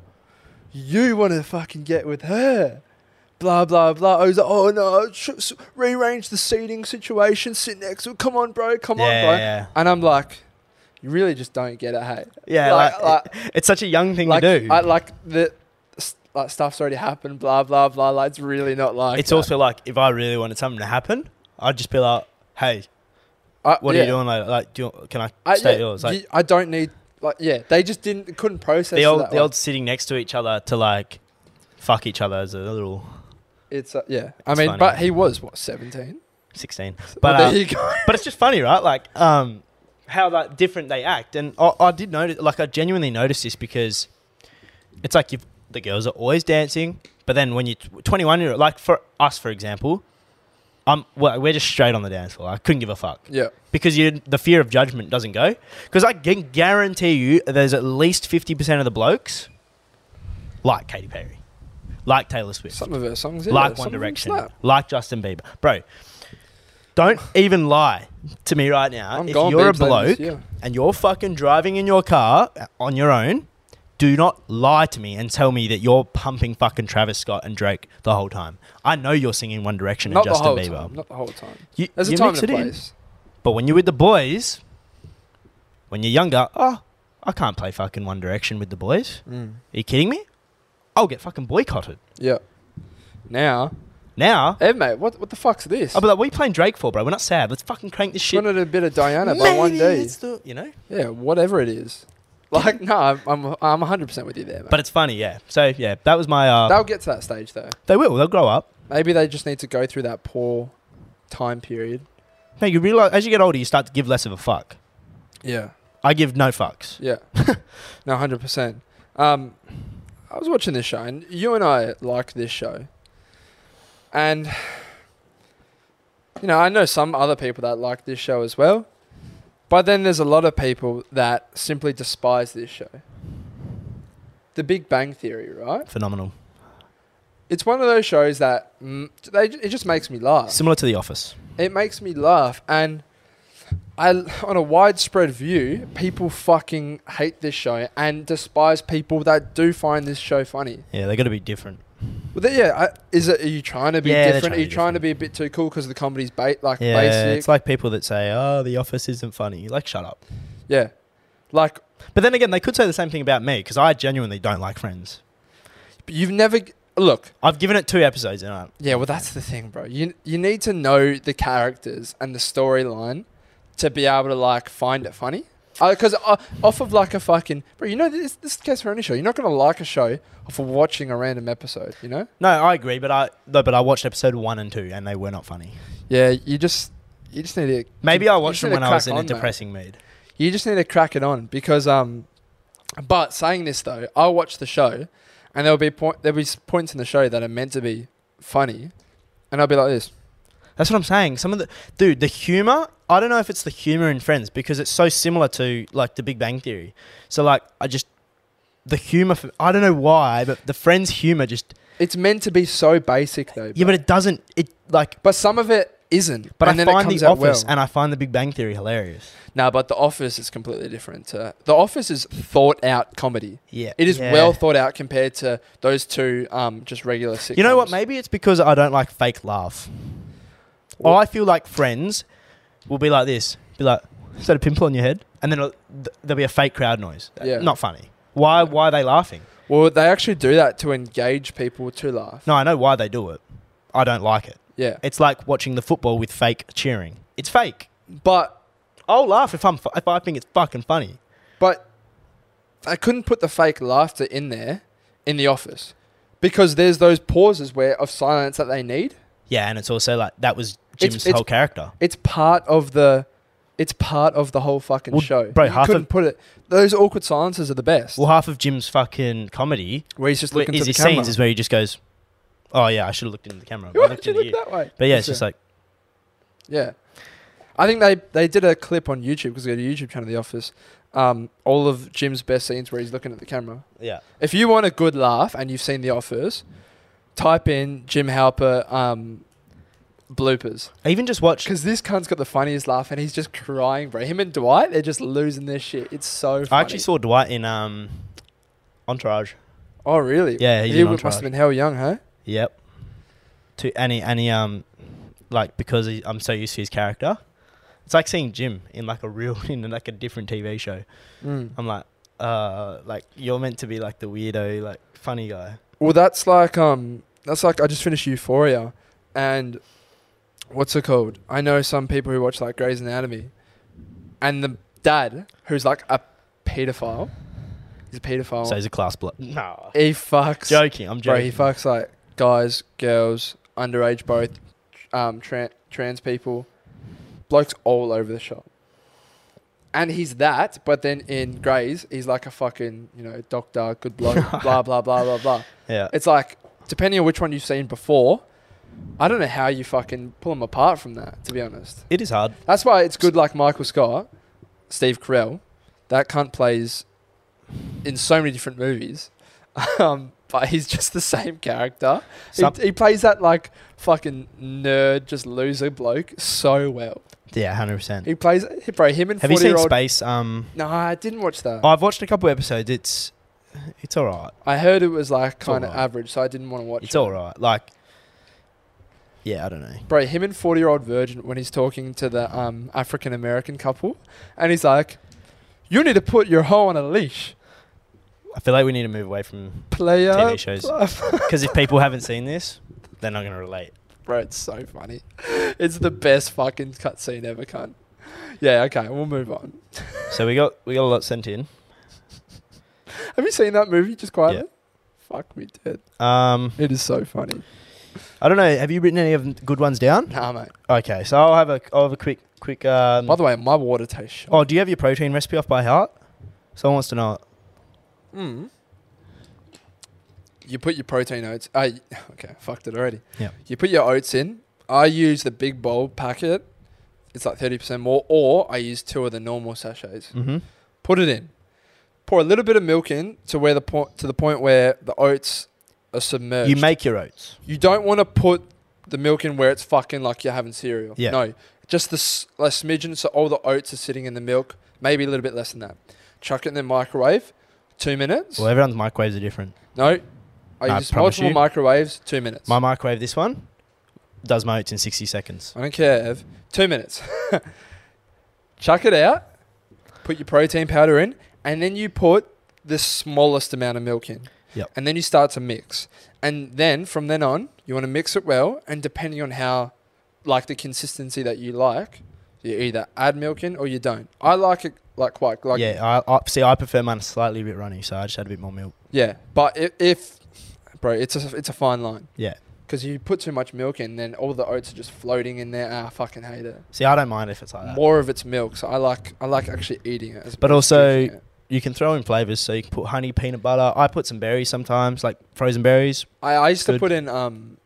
[SPEAKER 2] you want to fucking get with her. Blah blah blah. I was like, oh no, sh- s- rearrange the seating situation. Sit next. to Come on, bro. Come on, bro.
[SPEAKER 1] yeah.
[SPEAKER 2] And I'm like, you really just don't get it. Hey,
[SPEAKER 1] Yeah,
[SPEAKER 2] Like-
[SPEAKER 1] like, it's such a young thing
[SPEAKER 2] like
[SPEAKER 1] to do.
[SPEAKER 2] I like the s- like stuff's already happened. Blah blah blah. Like it's really not like
[SPEAKER 1] it's
[SPEAKER 2] that.
[SPEAKER 1] also like if I really wanted something to happen, I'd just be like, "Hey,
[SPEAKER 2] I-
[SPEAKER 1] what are
[SPEAKER 2] yeah.
[SPEAKER 1] you doing later? Like, do you, can I,
[SPEAKER 2] I,
[SPEAKER 1] stay
[SPEAKER 2] yeah,
[SPEAKER 1] at yours?" Like
[SPEAKER 2] you- I don't need like yeah. They just didn't couldn't process
[SPEAKER 1] the
[SPEAKER 2] it
[SPEAKER 1] old
[SPEAKER 2] that
[SPEAKER 1] the
[SPEAKER 2] way.
[SPEAKER 1] old sitting next to each other to like fuck each other as a little
[SPEAKER 2] It's uh, yeah. I
[SPEAKER 1] It's
[SPEAKER 2] mean,
[SPEAKER 1] funny.
[SPEAKER 2] but he was what seventeen.
[SPEAKER 1] sixteen.
[SPEAKER 2] But
[SPEAKER 1] But
[SPEAKER 2] there
[SPEAKER 1] uh,
[SPEAKER 2] you go.
[SPEAKER 1] but it's just funny, right? Like, um, how like different they act, and I, I did notice, like, I genuinely noticed this because it's like you the girls are always dancing, but then when you twenty one, you're like for us, for example, um, we're, we're just straight on the dance floor. I couldn't give a fuck
[SPEAKER 2] Yeah.
[SPEAKER 1] because you the fear of judgment doesn't go. Because I can guarantee you, there's at least fifty percent of the blokes like Katy Perry, like Taylor Swift,
[SPEAKER 2] Some of her songs. Yeah,
[SPEAKER 1] like
[SPEAKER 2] some
[SPEAKER 1] One
[SPEAKER 2] of them
[SPEAKER 1] Direction,
[SPEAKER 2] slap.
[SPEAKER 1] like Justin Bieber. Bro, don't even lie to me right now.
[SPEAKER 2] I'm
[SPEAKER 1] if
[SPEAKER 2] gone,
[SPEAKER 1] you're a
[SPEAKER 2] babes, ladies,
[SPEAKER 1] bloke
[SPEAKER 2] yeah.
[SPEAKER 1] and you're fucking driving in your car uh, on your own, do not lie to me and tell me that you're pumping fucking Travis Scott and Drake the whole time. I know you're singing One Direction and
[SPEAKER 2] Not the
[SPEAKER 1] Justin
[SPEAKER 2] whole
[SPEAKER 1] Bieber.
[SPEAKER 2] time. Not the whole time.
[SPEAKER 1] You,
[SPEAKER 2] There's a
[SPEAKER 1] you
[SPEAKER 2] time
[SPEAKER 1] mix
[SPEAKER 2] and a
[SPEAKER 1] it in.
[SPEAKER 2] place.
[SPEAKER 1] But when you're with the boys, when you're younger, oh, I can't play fucking One Direction with the boys.
[SPEAKER 2] Mm.
[SPEAKER 1] Are you kidding me? I'll get fucking boycotted.
[SPEAKER 2] Yeah. Now,
[SPEAKER 1] Now,
[SPEAKER 2] hey mate, what what the fuck's this?
[SPEAKER 1] I'll be like, what are you playing Drake for, bro? We're not sad. Let's fucking crank this Oh, shit.
[SPEAKER 2] Wanted a bit of Diana by one
[SPEAKER 1] Maybe
[SPEAKER 2] D.
[SPEAKER 1] it's the- you know?
[SPEAKER 2] Yeah, whatever it is. Like, no, I'm I'm I'm 100 percent with you there, mate.
[SPEAKER 1] But it's funny, yeah. So, yeah, that was my. Uh,
[SPEAKER 2] they'll get to that stage though.
[SPEAKER 1] they will. They'll grow up.
[SPEAKER 2] Maybe they just need to go through that poor time period.
[SPEAKER 1] No, you realize as you get older, you start to give less of a fuck.
[SPEAKER 2] Yeah.
[SPEAKER 1] I give no fucks.
[SPEAKER 2] Yeah. no, 100%. Um, I was watching this show, and you and I like this show. And, you know, I know some other people that like this show as well. But then there's a lot of people that simply despise this show. The Big Bang Theory, right?
[SPEAKER 1] Phenomenal.
[SPEAKER 2] It's one of those shows that mm, they, it just makes me laugh.
[SPEAKER 1] Similar to The Office.
[SPEAKER 2] It makes me laugh, and I, on a widespread view, people fucking hate this show and despise people that do find this show funny.
[SPEAKER 1] Yeah, they got to be different.
[SPEAKER 2] But then, yeah, I, is it? Are you trying to be
[SPEAKER 1] Yeah, they're trying
[SPEAKER 2] different? are
[SPEAKER 1] to
[SPEAKER 2] you
[SPEAKER 1] be
[SPEAKER 2] trying to be a bit too cool because the comedy's ba- like
[SPEAKER 1] Yeah,
[SPEAKER 2] basic?
[SPEAKER 1] it's like people that say, oh, The Office isn't funny. Like, shut up.
[SPEAKER 2] yeah, like
[SPEAKER 1] But then again, they could say the same thing about me because I genuinely don't like Friends.
[SPEAKER 2] but you've never g- look.
[SPEAKER 1] I've given it two episodes and I,
[SPEAKER 2] Yeah, well, that's the thing, bro. You you need to know the characters and the storyline to be able to like find it funny. Because off of like a fucking bro, you know this this is the case for any show. You're not gonna like a show off of watching a random episode. You know?
[SPEAKER 1] no, I agree, but I no, but I watched episode one and two and they were not funny.
[SPEAKER 2] Yeah, you just you just need to
[SPEAKER 1] Maybe
[SPEAKER 2] you
[SPEAKER 1] I
[SPEAKER 2] just
[SPEAKER 1] watched
[SPEAKER 2] need
[SPEAKER 1] them
[SPEAKER 2] to
[SPEAKER 1] when I was
[SPEAKER 2] crack
[SPEAKER 1] in a
[SPEAKER 2] on, mate.
[SPEAKER 1] depressing mood.
[SPEAKER 2] You just need to crack it on because um. But saying this though, I watch the show, and there'll be point there'll be s- points in the show that are meant to be funny, and I'll be like this.
[SPEAKER 1] That's what I'm saying. Some of the dude, the humor. I don't know if it's the humor in Friends because it's so similar to like The Big Bang Theory. So like, I just the humor. For, I don't know why, but the Friends humor just
[SPEAKER 2] It's meant to be so basic though.
[SPEAKER 1] yeah,
[SPEAKER 2] bro.
[SPEAKER 1] but it doesn't. It like,
[SPEAKER 2] But some of it isn't.
[SPEAKER 1] but
[SPEAKER 2] and
[SPEAKER 1] I
[SPEAKER 2] then
[SPEAKER 1] find
[SPEAKER 2] it comes
[SPEAKER 1] The
[SPEAKER 2] out
[SPEAKER 1] Office
[SPEAKER 2] well.
[SPEAKER 1] and I find The Big Bang Theory hilarious.
[SPEAKER 2] no, but The Office is completely different. Uh, the Office is thought out comedy.
[SPEAKER 1] Yeah,
[SPEAKER 2] It is
[SPEAKER 1] yeah.
[SPEAKER 2] well thought out compared to those two um, just regular sitcoms.
[SPEAKER 1] You know what? Maybe it's because I don't like fake laugh.
[SPEAKER 2] Well-
[SPEAKER 1] I feel like friends will be like this, be like, "Is that a pimple on your head?" And then it'll- th- there'll be a fake crowd noise. Uh,
[SPEAKER 2] Yeah.
[SPEAKER 1] Not funny. Why? Why are they laughing?
[SPEAKER 2] Well, they actually do that to engage people to laugh.
[SPEAKER 1] No, I know why they do it. I don't like it.
[SPEAKER 2] Yeah,
[SPEAKER 1] It's like watching the football with fake cheering. It's fake.
[SPEAKER 2] but
[SPEAKER 1] I'll laugh if I'm fu- if I think it's fucking funny.
[SPEAKER 2] but I couldn't put the fake laughter in there in The Office because there's those pauses where of silence that they need.
[SPEAKER 1] Yeah, and it's also like that was Jim's
[SPEAKER 2] it's-
[SPEAKER 1] whole character.
[SPEAKER 2] It's part of the. It's part of the whole fucking
[SPEAKER 1] Well,
[SPEAKER 2] show.
[SPEAKER 1] bro,
[SPEAKER 2] you
[SPEAKER 1] half of-
[SPEAKER 2] couldn't put it. Those awkward silences are the best.
[SPEAKER 1] Well, half of Jim's fucking comedy
[SPEAKER 2] Where he's just
[SPEAKER 1] where-
[SPEAKER 2] looking
[SPEAKER 1] is
[SPEAKER 2] to the
[SPEAKER 1] his
[SPEAKER 2] camera.
[SPEAKER 1] scenes is where he just goes, "Oh yeah, I should have looked into the camera." I
[SPEAKER 2] Why
[SPEAKER 1] looked
[SPEAKER 2] did you
[SPEAKER 1] into
[SPEAKER 2] look
[SPEAKER 1] you."
[SPEAKER 2] that way?
[SPEAKER 1] But yeah, it's just like
[SPEAKER 2] yeah. I think they they did a clip on YouTube because they got a YouTube channel, The Office. Um, all of Jim's best scenes where he's looking at the camera.
[SPEAKER 1] yeah.
[SPEAKER 2] If you want a good laugh and you've seen The Office, type in Jim Halper um, bloopers
[SPEAKER 1] I even just watched.
[SPEAKER 2] because this cunt's got the funniest laugh and he's just crying, bro. Him and Dwight, they're just losing their shit. It's so. Funny.
[SPEAKER 1] I actually saw Dwight in um, Entourage.
[SPEAKER 2] Oh really?
[SPEAKER 1] Yeah, he's
[SPEAKER 2] He
[SPEAKER 1] in
[SPEAKER 2] w- must have
[SPEAKER 1] Entourage.
[SPEAKER 2] been hell young, huh?
[SPEAKER 1] Yep. To any any um, like because he, I'm so used to his character, It's like seeing Jim in like a real in like a different TV show.
[SPEAKER 2] Mm.
[SPEAKER 1] I'm like, uh, like you're meant to be like the weirdo, like funny guy.
[SPEAKER 2] Well, that's like um, that's like I just finished Euphoria, and what's it called? I know some people who watch like Grey's Anatomy, and the dad who's like a pedophile, he's a pedophile.
[SPEAKER 1] So he's a class block. No,
[SPEAKER 2] Oh. he fucks,
[SPEAKER 1] joking. I'm
[SPEAKER 2] bro. He
[SPEAKER 1] joking.
[SPEAKER 2] fucks like guys, girls, underage, both, um, tran trans people, blokes all over the shop. And he's that, but then in Grey's, he's like a fucking you know doctor, good bloke, blah blah blah blah blah.
[SPEAKER 1] yeah,
[SPEAKER 2] It's like depending on which one you've seen before, I don't know how you fucking pull them apart from that. To be honest,
[SPEAKER 1] it is hard.
[SPEAKER 2] that's why it's good. Like Michael Scott, Steve Carell, that cunt plays in so many different movies, um, but he's just the same character. He,
[SPEAKER 1] Some-
[SPEAKER 2] he plays that like fucking nerd, just loser bloke so well.
[SPEAKER 1] yeah, hundred percent.
[SPEAKER 2] He plays bro him and
[SPEAKER 1] Have you
[SPEAKER 2] forty
[SPEAKER 1] seen
[SPEAKER 2] year old.
[SPEAKER 1] Space? Oh. Um,
[SPEAKER 2] no, I didn't watch that.
[SPEAKER 1] I've watched a couple episodes. It's, it's all right.
[SPEAKER 2] I heard it was like
[SPEAKER 1] all
[SPEAKER 2] kind of
[SPEAKER 1] right.
[SPEAKER 2] average, so I didn't want to watch.
[SPEAKER 1] It's
[SPEAKER 2] it.
[SPEAKER 1] all right. Like, yeah, I don't know.
[SPEAKER 2] Bro, him and 40 year old virgin when he's talking to the um, African American couple, and he's like, You need to put your hoe on a leash,
[SPEAKER 1] I feel like we need to move away from
[SPEAKER 2] player.
[SPEAKER 1] TV shows
[SPEAKER 2] Blah.
[SPEAKER 1] because if people haven't seen this, they're not gonna relate.
[SPEAKER 2] Bro, it's so funny. It's the best fucking cutscene ever, cunt. Yeah, okay, we'll move on.
[SPEAKER 1] So we got we got a lot sent in.
[SPEAKER 2] Have you seen that movie just quietly? Fuck me, dead.
[SPEAKER 1] Um,
[SPEAKER 2] It is so funny.
[SPEAKER 1] I don't know. Have you written any of the good ones down?
[SPEAKER 2] Nah, mate.
[SPEAKER 1] Okay, so I'll have a I'll have a quick quick. Um,
[SPEAKER 2] By the way, my water tastes shit.
[SPEAKER 1] oh, do you have your protein recipe off by heart? Someone wants to know it.
[SPEAKER 2] Mm. You put your protein oats. Uh, okay, I fucked it already.
[SPEAKER 1] Yeah.
[SPEAKER 2] You put your oats in. I use the big bowl packet. It's like thirty percent more, or I use two of the normal sachets.
[SPEAKER 1] Mm-hmm.
[SPEAKER 2] Put it in. Pour a little bit of milk in to where the point to the point where the oats are submerged.
[SPEAKER 1] You make your oats.
[SPEAKER 2] You don't want to put the milk in where it's fucking like you're having cereal.
[SPEAKER 1] Yeah.
[SPEAKER 2] No, just the s- a smidgen so all the oats are sitting in the milk. Maybe a little bit less than that. Chuck it in the microwave. Two minutes.
[SPEAKER 1] Well, everyone's microwaves are different.
[SPEAKER 2] No. I
[SPEAKER 1] I
[SPEAKER 2] use
[SPEAKER 1] promise
[SPEAKER 2] multiple
[SPEAKER 1] you.
[SPEAKER 2] microwaves, two minutes.
[SPEAKER 1] My microwave, this one, does my oats in 60 seconds.
[SPEAKER 2] I don't care, Ev. Two minutes. Chuck it out, put your protein powder in, and then you put the smallest amount of milk in.
[SPEAKER 1] Yep.
[SPEAKER 2] And then you start to mix. And then from then on, you want to mix it well. And depending on how, like the consistency that you like, you either add milk in or you don't. I like it like quite like
[SPEAKER 1] yeah, I, I see. I prefer mine slightly a bit runny, so I just add a bit more milk.
[SPEAKER 2] Yeah, but if, if bro, it's a it's a fine line.
[SPEAKER 1] Yeah.
[SPEAKER 2] Because you put too much milk in, then all the oats are just floating in there. Ah, I fucking hate it.
[SPEAKER 1] See, I don't mind if it's like that.
[SPEAKER 2] More of it's milk, so I like I like actually eating it. As
[SPEAKER 1] Uh, But
[SPEAKER 2] opposed to
[SPEAKER 1] also-
[SPEAKER 2] drinking it.
[SPEAKER 1] You can throw in flavors, so you can put honey, peanut butter. I put some berries sometimes, like frozen berries.
[SPEAKER 2] I, I used to
[SPEAKER 1] Good.
[SPEAKER 2] put in um,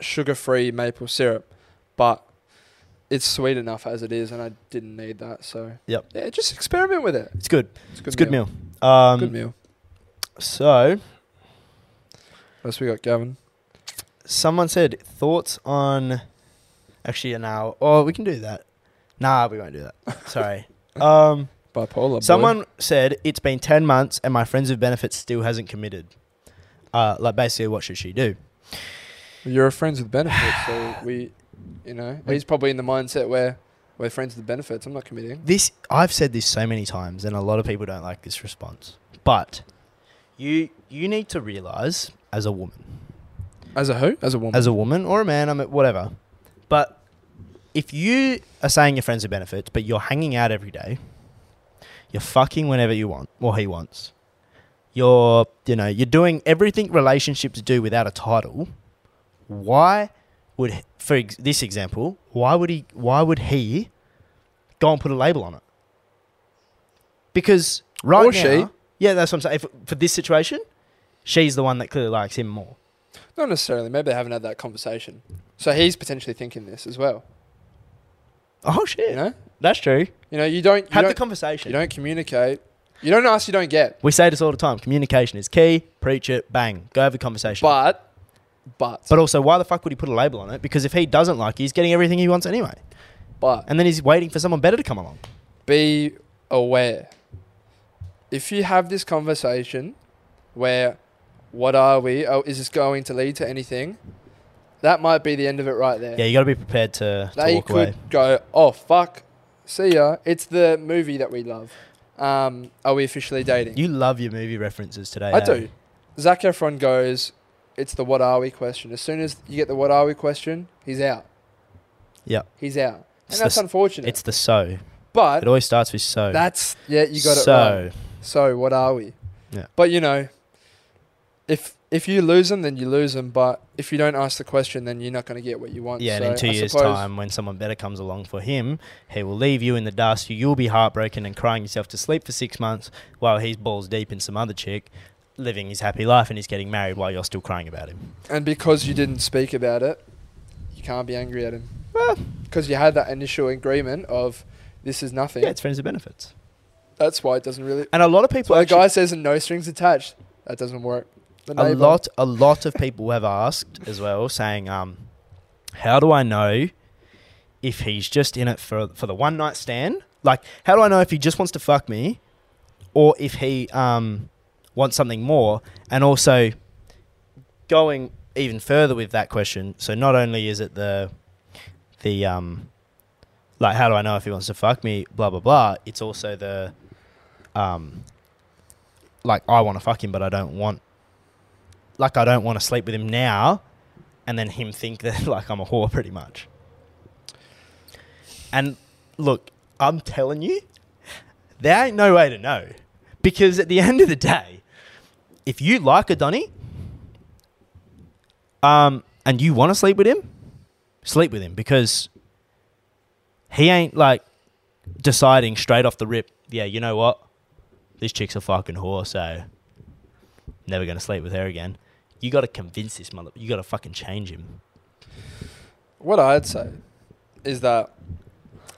[SPEAKER 2] sugar-free maple syrup, but it's sweet enough as it is, and I didn't need that. So
[SPEAKER 1] Yep.
[SPEAKER 2] yeah, just experiment with it.
[SPEAKER 1] It's good.
[SPEAKER 2] It's a good.
[SPEAKER 1] It's a good
[SPEAKER 2] meal.
[SPEAKER 1] meal. Um,
[SPEAKER 2] Good meal.
[SPEAKER 1] So,
[SPEAKER 2] What else we got, Gavin?
[SPEAKER 1] someone said thoughts on. Actually, now, oh, we can do that. Nah, we won't do that. Sorry. Um,
[SPEAKER 2] Bipolar. boy.
[SPEAKER 1] Someone said it's been ten months and my friends with benefits still hasn't committed. Uh, like basically, what should she do?
[SPEAKER 2] You're friends with benefits, so we, you know,
[SPEAKER 1] We-
[SPEAKER 2] he's probably in the mindset where we're friends with benefits. I'm not committing.
[SPEAKER 1] This I've said this so many times, and a lot of people don't like this response. But you you need to realize as a woman,
[SPEAKER 2] As a who? As a woman.
[SPEAKER 1] as a woman or a man, I'm at whatever. But if you are saying your friends with benefits, but you're hanging out every day, you're fucking whenever you want or he wants. You're you know you're doing everything relationships do without a title. Why would he- for ex- this example? Why would he? Why would he go and put a label on it? Because right now,
[SPEAKER 2] Or she.
[SPEAKER 1] yeah, that's what I'm saying. If, for this situation, she's the one that clearly likes him more.
[SPEAKER 2] not necessarily. Maybe they haven't had that conversation. So he's potentially thinking this as well.
[SPEAKER 1] Oh shit,
[SPEAKER 2] You know.
[SPEAKER 1] that's true.
[SPEAKER 2] You know. You don't. You
[SPEAKER 1] Have the
[SPEAKER 2] don't,
[SPEAKER 1] conversation.
[SPEAKER 2] you don't communicate. You don't ask. You don't get.
[SPEAKER 1] we say this all the time. Communication is key. Preach it. Bang. Go have a conversation. But,
[SPEAKER 2] But, but,
[SPEAKER 1] also, why the fuck would he put a label on it? Because if he doesn't like you, he's getting everything he wants anyway.
[SPEAKER 2] but,
[SPEAKER 1] And then he's waiting for someone better to come along.
[SPEAKER 2] be aware. If you have this conversation, where, what are we? Oh, is this going to lead to anything? That might be the end of it right there.
[SPEAKER 1] Yeah, you got to be prepared to, to
[SPEAKER 2] they
[SPEAKER 1] walk
[SPEAKER 2] could
[SPEAKER 1] away.
[SPEAKER 2] go, oh fuck, see ya. It's the movie that we love. Um, are we officially dating?
[SPEAKER 1] You love your movie references today.
[SPEAKER 2] I
[SPEAKER 1] eh?
[SPEAKER 2] do. Zac Efron goes, it's the what are we question. As soon as you get the what are we question, he's out.
[SPEAKER 1] Yeah.
[SPEAKER 2] He's out.
[SPEAKER 1] It's
[SPEAKER 2] And
[SPEAKER 1] the
[SPEAKER 2] that's
[SPEAKER 1] s-
[SPEAKER 2] unfortunate.
[SPEAKER 1] It's the so. It
[SPEAKER 2] but
[SPEAKER 1] always starts with so.
[SPEAKER 2] that's, yeah, you got it
[SPEAKER 1] so,
[SPEAKER 2] right. So what are we?
[SPEAKER 1] Yeah.
[SPEAKER 2] But you know, if if you lose them, then you lose them. But if you don't ask the question, then you're not going to get what you want.
[SPEAKER 1] Yeah,
[SPEAKER 2] so
[SPEAKER 1] and in two
[SPEAKER 2] I
[SPEAKER 1] years'
[SPEAKER 2] suppose-
[SPEAKER 1] time, when someone better comes along for him, he will leave you in the dust. You'll be heartbroken and crying yourself to sleep for six months while he's balls deep in some other chick, living his happy life, and he's getting married while you're still crying about him.
[SPEAKER 2] And because you didn't speak about it, you can't be angry at him. Because you had that initial agreement of this is nothing.
[SPEAKER 1] Yeah, it's friends with benefits.
[SPEAKER 2] That's why it doesn't really.
[SPEAKER 1] And a lot of people
[SPEAKER 2] So a
[SPEAKER 1] actually-
[SPEAKER 2] guy says no strings attached. That doesn't work. The
[SPEAKER 1] a
[SPEAKER 2] neighbor-
[SPEAKER 1] lot a lot of people have asked as well saying um how do i know if he's just in it for for the one night stand like how do i know if he just wants to fuck me or if he um wants something more and also going even further with that question so not only is it the the um like how do i know if he wants to fuck me blah blah blah it's also the um like i want to fuck him but i don't want like I don't want to sleep with him now, and then him think that like I'm a whore pretty much. And look, I'm telling you, there ain't no way to know, because at the end of the day, if you like a Donny, um, and you want to sleep with him, sleep with him because he ain't like deciding straight off the rip. Yeah, you know what? This chick's a fucking whore, so never gonna sleep with her again. You got to convince this mother. You got to fucking change him.
[SPEAKER 2] What I'd say is that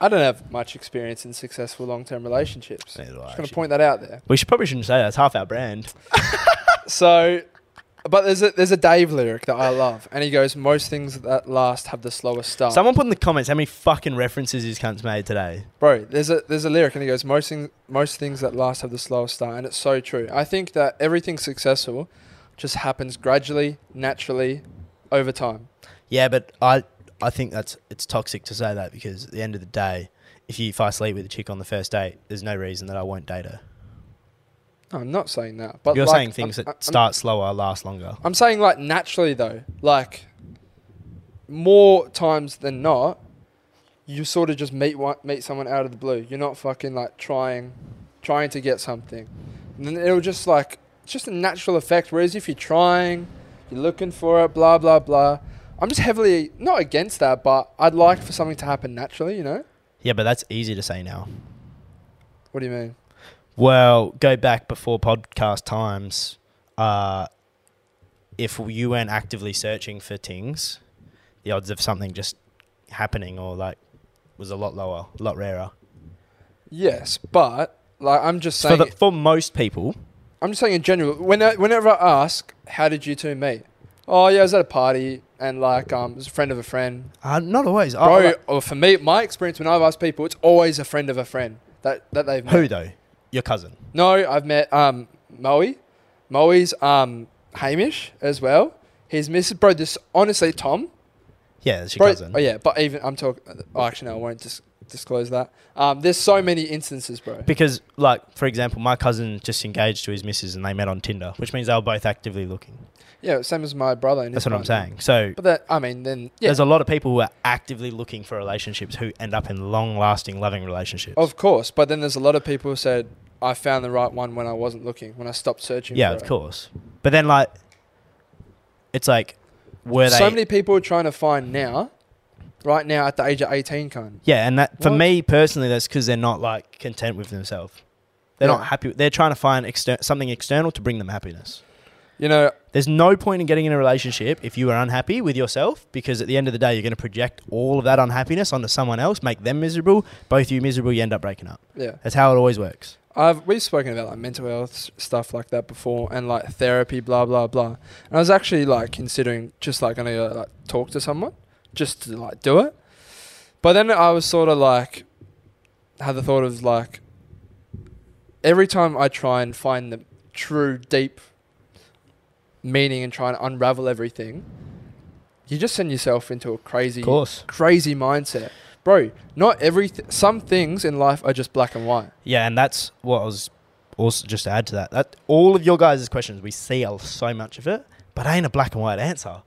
[SPEAKER 2] I don't have much experience in successful long-term relationships.
[SPEAKER 1] Neither do I,
[SPEAKER 2] Just going to
[SPEAKER 1] actually.
[SPEAKER 2] point that out there.
[SPEAKER 1] We should probably shouldn't say that. It's half our brand.
[SPEAKER 2] So, but there's a there's a Dave lyric that I love, and he goes, "Most things that last have the slowest start."
[SPEAKER 1] Someone put in the comments how many fucking references his cunt's made today.
[SPEAKER 2] Bro, there's a there's a lyric and he goes, Most things most things that last have the slowest start and it's so true. I think that everything successful just happens gradually, naturally, over time.
[SPEAKER 1] Yeah, but I I think that's it's toxic to say that because at the end of the day, if you if I sleep with a chick on the first date, there's no reason that I won't date her.
[SPEAKER 2] No, I'm not saying that. But
[SPEAKER 1] You're
[SPEAKER 2] like,
[SPEAKER 1] saying things
[SPEAKER 2] I'm,
[SPEAKER 1] that
[SPEAKER 2] I'm-
[SPEAKER 1] start slower last longer.
[SPEAKER 2] I'm saying like naturally though. Like more times than not, you sort of just meet one, meet someone out of the blue. You're not fucking like trying trying to get something. And then it'll just like it's just a natural effect. Whereas if you're trying, you're looking for it, blah blah blah. I'm just heavily not against that, but I'd like for something to happen naturally, you know?
[SPEAKER 1] Yeah, but that's easy to say now.
[SPEAKER 2] What do you mean?
[SPEAKER 1] Well, go back before podcast times. Uh, if you weren't actively searching for things, the odds of something just happening or like was a lot lower, a lot rarer.
[SPEAKER 2] Yes, but like I'm just
[SPEAKER 1] For,
[SPEAKER 2] saying
[SPEAKER 1] the, for most people,
[SPEAKER 2] I'm just saying in general. When I, whenever I ask, "How did you two meet?" Oh yeah, I was at a party and like um, it was a friend of a friend,
[SPEAKER 1] uh, not always. I-
[SPEAKER 2] bro.
[SPEAKER 1] I like-
[SPEAKER 2] or for me, my experience when I've asked people, it's always a friend of a friend that that they've met.
[SPEAKER 1] who though? Your cousin.
[SPEAKER 2] No, I've met um Moe, Moe's um Hamish as well. His missus, bro. This honestly, Tom,
[SPEAKER 1] Yeah, it's your
[SPEAKER 2] bro.
[SPEAKER 1] cousin.
[SPEAKER 2] Oh yeah, but even I'm talking. Oh, actually, no, I won't dis- disclose that. Um, there's so many instances, bro.
[SPEAKER 1] Because, like, for example, my cousin just engaged to his missus and they met on Tinder, which means they were both actively looking.
[SPEAKER 2] yeah, same as my brother. And his
[SPEAKER 1] That's what I'm
[SPEAKER 2] partner.
[SPEAKER 1] saying. So
[SPEAKER 2] But that, I mean, then yeah,
[SPEAKER 1] there's a lot of people who are actively looking for relationships who end up in long-lasting, loving relationships.
[SPEAKER 2] Of course, but then there's a lot of people who said I found the right one when I wasn't looking, when I stopped searching.
[SPEAKER 1] Yeah,
[SPEAKER 2] for
[SPEAKER 1] of
[SPEAKER 2] it."
[SPEAKER 1] course. But then like, it's like, were they?
[SPEAKER 2] So many people are trying to find now, right now at the age of 18, kind.
[SPEAKER 1] yeah, and that for
[SPEAKER 2] What?
[SPEAKER 1] me personally, that's because they're not like content with themselves. They're
[SPEAKER 2] Yeah.
[SPEAKER 1] not happy. They're trying to find exter- something external to bring them happiness.
[SPEAKER 2] You know,
[SPEAKER 1] There's no point in getting in a relationship if you are unhappy with yourself, because at the end of the day, you're going to project all of that unhappiness onto someone else, make them miserable. Both you miserable, you end up breaking up.
[SPEAKER 2] yeah.
[SPEAKER 1] That's how it always works.
[SPEAKER 2] I've we've spoken about like mental health s- stuff like that before, and like therapy, blah blah blah. And I was actually like considering just like gonna go, like talk to someone, just to like do it. But then I was sort of like, had the thought of like, every time I try and find the true deep meaning and try and unravel everything, you just send yourself into a crazy,
[SPEAKER 1] Of course.
[SPEAKER 2] crazy mindset, bro. Not every th- some things in life are just black and white.
[SPEAKER 1] Yeah, and that's what I was also just to add to that. That all of your guys' questions, we see a- so much of it, but ain't a black and white answer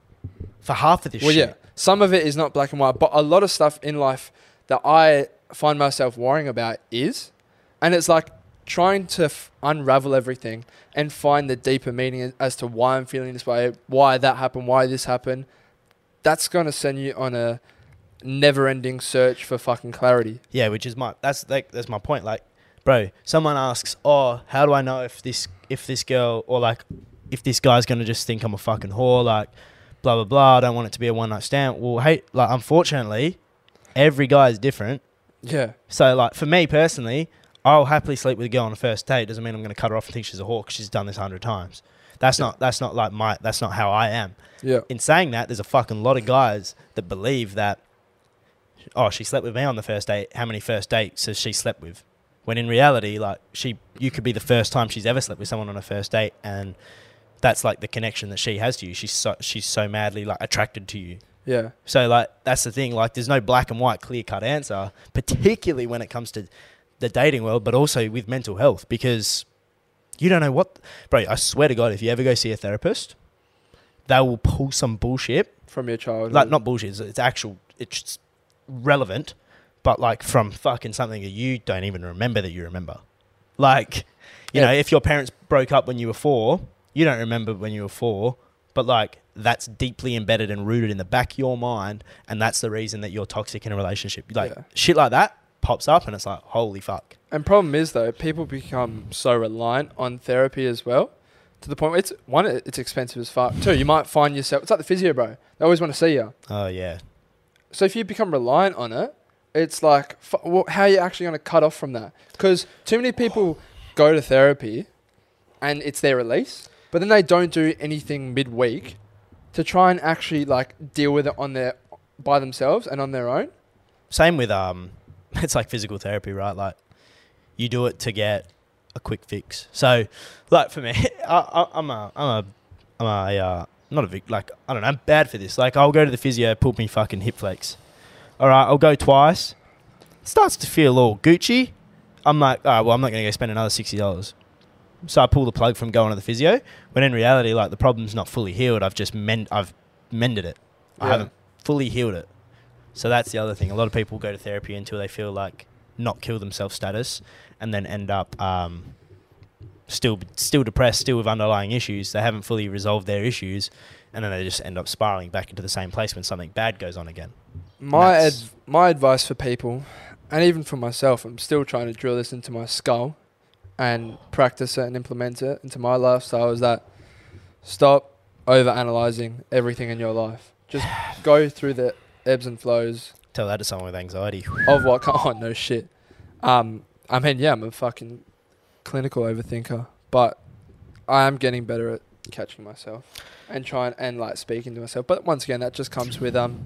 [SPEAKER 1] for half of this
[SPEAKER 2] well,
[SPEAKER 1] shit.
[SPEAKER 2] yeah, some of it is not black and white, but a lot of stuff in life that I find myself worrying about is, and it's like trying to f- unravel everything and find the deeper meaning as- as to why I'm feeling this way, why that happened, why this happened. That's gonna send you on a never-ending search for fucking clarity.
[SPEAKER 1] Yeah, which is my that's like that's my point. Like, bro, someone asks, "Oh, how do I know if this if this girl or like if this guy's gonna just think I'm a fucking whore?" Like, blah blah blah. I don't want it to be a one night stand. Well, hey, like unfortunately, every guy is different.
[SPEAKER 2] Yeah,
[SPEAKER 1] So like for me personally, I'll happily sleep with a girl on a first date. Doesn't mean I'm gonna cut her off and think she's a whore 'cause she's done this a hundred times. That's not that's not like my that's not how I am
[SPEAKER 2] yeah,
[SPEAKER 1] in saying that, there's a fucking lot of guys that believe that, oh, she slept with me on the first date. How many first dates has she slept with? When in reality, like she, you could be the first time she's ever slept with someone on a first date, and that's like the connection that she has to you. She's so she's so madly like attracted to you.
[SPEAKER 2] yeah,
[SPEAKER 1] So like that's the thing. Like there's no black and white clear cut answer, particularly when it comes to the dating world, but also with mental health because you don't know what, bro. I swear to God, if you ever go see a therapist, they will pull some bullshit.
[SPEAKER 2] from your childhood.
[SPEAKER 1] Like not bullshit. It's, it's actual. It's relevant, but like from fucking something that you don't even remember that you remember. Like, you
[SPEAKER 2] Yeah.
[SPEAKER 1] know, if your parents broke up when you were four, you don't remember when you were four, but like that's deeply embedded and rooted in the back of your mind, and that's the reason that you're toxic in a relationship. Like
[SPEAKER 2] Yeah.
[SPEAKER 1] shit like that pops up, and it's like, holy fuck.
[SPEAKER 2] And problem is though, people become so reliant on therapy as well, to the point where it's one, it- it's expensive as fuck. Two, you might find yourself. It's like the physio, bro. They always want to see you.
[SPEAKER 1] Oh yeah,
[SPEAKER 2] So if you become reliant on it, it's like, f- well, how are you actually going to cut off from that? Because too many people go to therapy, and it's their release, but then they don't do anything midweek to try and actually like deal with it on their by themselves and on their own.
[SPEAKER 1] same with um it's like physical therapy right like you do it to get a quick fix so like for me I, I, i'm a i'm a i'm a uh, not a vic like i don't know i'm bad for this like i'll go to the physio pull me fucking hip flex all right i'll go twice starts to feel all gucci i'm like all right well i'm not going to go spend another $60 so i pull the plug from going to the physio when in reality like the problem's not fully healed i've just mend i've mended it i
[SPEAKER 2] Yeah.
[SPEAKER 1] haven't fully healed it so that's the other thing. A lot of people go to therapy until they feel like not kill themselves status, and then end up um, still still depressed, still with underlying issues. They haven't fully resolved their issues, and then they just end up spiraling back into the same place when something bad goes on again.
[SPEAKER 2] My ad-
[SPEAKER 1] Nuts.
[SPEAKER 2] my advice for people, and even for myself, I'm still trying to drill this into my skull, and practice it and implement it into my lifestyle. Is that stop over analyzing everything in your life. Just go through the ebbs and flows
[SPEAKER 1] Tell that to someone with anxiety.
[SPEAKER 2] of what. Oh no shit. Um, I mean, yeah, I'm a fucking clinical overthinker, but I am getting better at catching myself and trying and like speaking to myself. But once again, that just comes with um,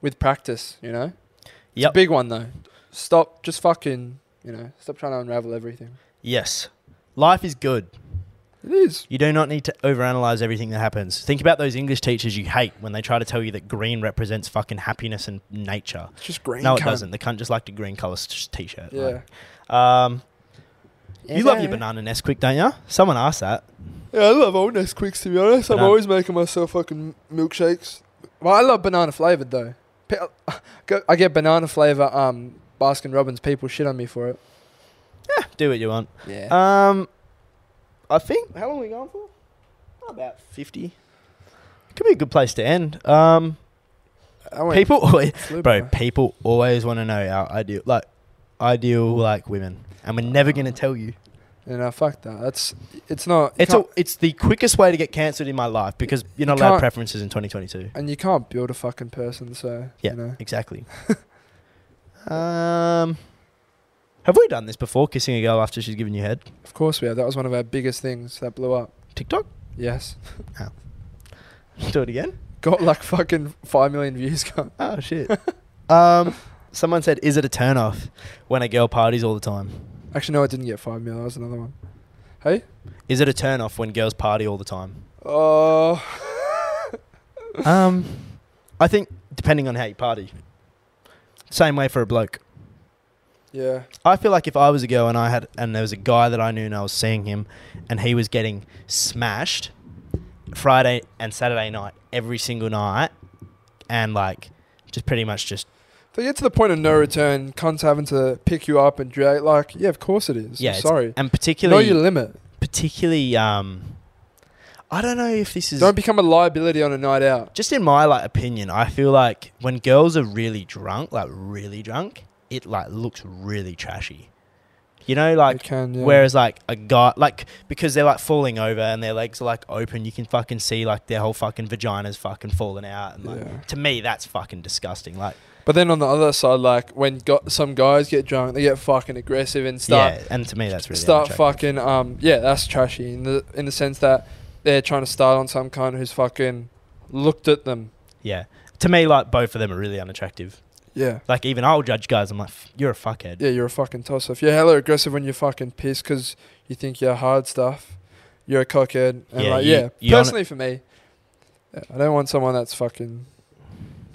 [SPEAKER 2] with practice, you know. It's a
[SPEAKER 1] Yep.
[SPEAKER 2] big one though. Stop, just fucking, you know, stop trying to unravel everything.
[SPEAKER 1] Yes, life is good.
[SPEAKER 2] It is.
[SPEAKER 1] You do not need to overanalyze everything that happens. Think about those English teachers you hate when they try to tell you that green represents fucking happiness and nature.
[SPEAKER 2] It's just green.
[SPEAKER 1] no, it
[SPEAKER 2] cunt.
[SPEAKER 1] doesn't. The cunt just liked a green color t-shirt.
[SPEAKER 2] Yeah.
[SPEAKER 1] like. um, You love your banana Nesquik, don't you? Someone asked that.
[SPEAKER 2] Yeah, I love all Nesquiks to be honest.
[SPEAKER 1] Banana.
[SPEAKER 2] I'm always making myself fucking milkshakes. Well, I love banana flavored though. Pe- uh, go- I get banana flavor. Um, Baskin Robbins people shit on me for it.
[SPEAKER 1] Do what you want.
[SPEAKER 2] Yeah.
[SPEAKER 1] Um, I think how long are we going for? About fifty. Could be a good place to end. Um,
[SPEAKER 2] I went
[SPEAKER 1] people, always,
[SPEAKER 2] flu,
[SPEAKER 1] bro, people always want to know our ideal, like ideal, like women, and we're never gonna tell you.
[SPEAKER 2] Yeah, no, fuck that. That's it's not. you
[SPEAKER 1] It's a,
[SPEAKER 2] can't-
[SPEAKER 1] it's the quickest way to get cancelled in my life because you're not
[SPEAKER 2] You
[SPEAKER 1] allowed
[SPEAKER 2] can't-
[SPEAKER 1] preferences in 2022.
[SPEAKER 2] and you can't build a fucking person. So
[SPEAKER 1] Yeah.
[SPEAKER 2] you know.
[SPEAKER 1] Exactly. um, have we done this before? Kissing a girl after she's given you head?
[SPEAKER 2] Of course we have. That was one of our biggest things that blew up.
[SPEAKER 1] TikTok?
[SPEAKER 2] Yes.
[SPEAKER 1] Do it again.
[SPEAKER 2] Got like fucking five million views. cunt.
[SPEAKER 1] Oh shit. um, someone said, "Is it a turn off when a girl parties all the time?
[SPEAKER 2] Actually, no, I didn't get five mil. That was another one. Hey.
[SPEAKER 1] Is it a turn off when girls party all the time?"
[SPEAKER 2] Oh.
[SPEAKER 1] Um, I think depending on how you party. Same way for a bloke.
[SPEAKER 2] Yeah.
[SPEAKER 1] I feel like if I was a girl and I had and there was a guy that I knew and I was seeing him and he was getting smashed Friday and Saturday night every single night and like just pretty much just
[SPEAKER 2] They get to the point of no return, cunts having to pick you up and drag. Like, yeah, of course it is.
[SPEAKER 1] Yeah,
[SPEAKER 2] I'm
[SPEAKER 1] it's
[SPEAKER 2] sorry.
[SPEAKER 1] and
[SPEAKER 2] Know
[SPEAKER 1] particularly
[SPEAKER 2] your limit.
[SPEAKER 1] particularly um I don't know if this is
[SPEAKER 2] Don't become a liability on a night out.
[SPEAKER 1] just in my like opinion, I feel like when girls are really drunk, like really drunk, it like looks really trashy. You know,
[SPEAKER 2] You
[SPEAKER 1] like
[SPEAKER 2] can, yeah.
[SPEAKER 1] Whereas like a guy, like because they're like falling over and their legs are like open, you can fucking see like their whole fucking vagina's fucking falling out. And like
[SPEAKER 2] Yeah.
[SPEAKER 1] to me, that's fucking disgusting. Like
[SPEAKER 2] But then on the other side, like when got some guys get drunk, they get fucking aggressive and start
[SPEAKER 1] yeah, and to me that's really
[SPEAKER 2] start
[SPEAKER 1] unattractive.
[SPEAKER 2] fucking. Um, yeah, that's trashy in the in the sense that they're trying to start on some kind who's fucking looked at them.
[SPEAKER 1] Yeah, to me like both of them are really unattractive.
[SPEAKER 2] Yeah,
[SPEAKER 1] Like even I'll judge guys. I'm like, "F- you're a fuckhead.
[SPEAKER 2] yeah, you're a fucking toss off. You're hella aggressive when you're fucking pissed because you think you're hard stuff. You're a cockhead. And
[SPEAKER 1] Yeah,
[SPEAKER 2] like,
[SPEAKER 1] you-
[SPEAKER 2] yeah.
[SPEAKER 1] you on it-
[SPEAKER 2] Personally, for me, yeah, I don't want someone that's fucking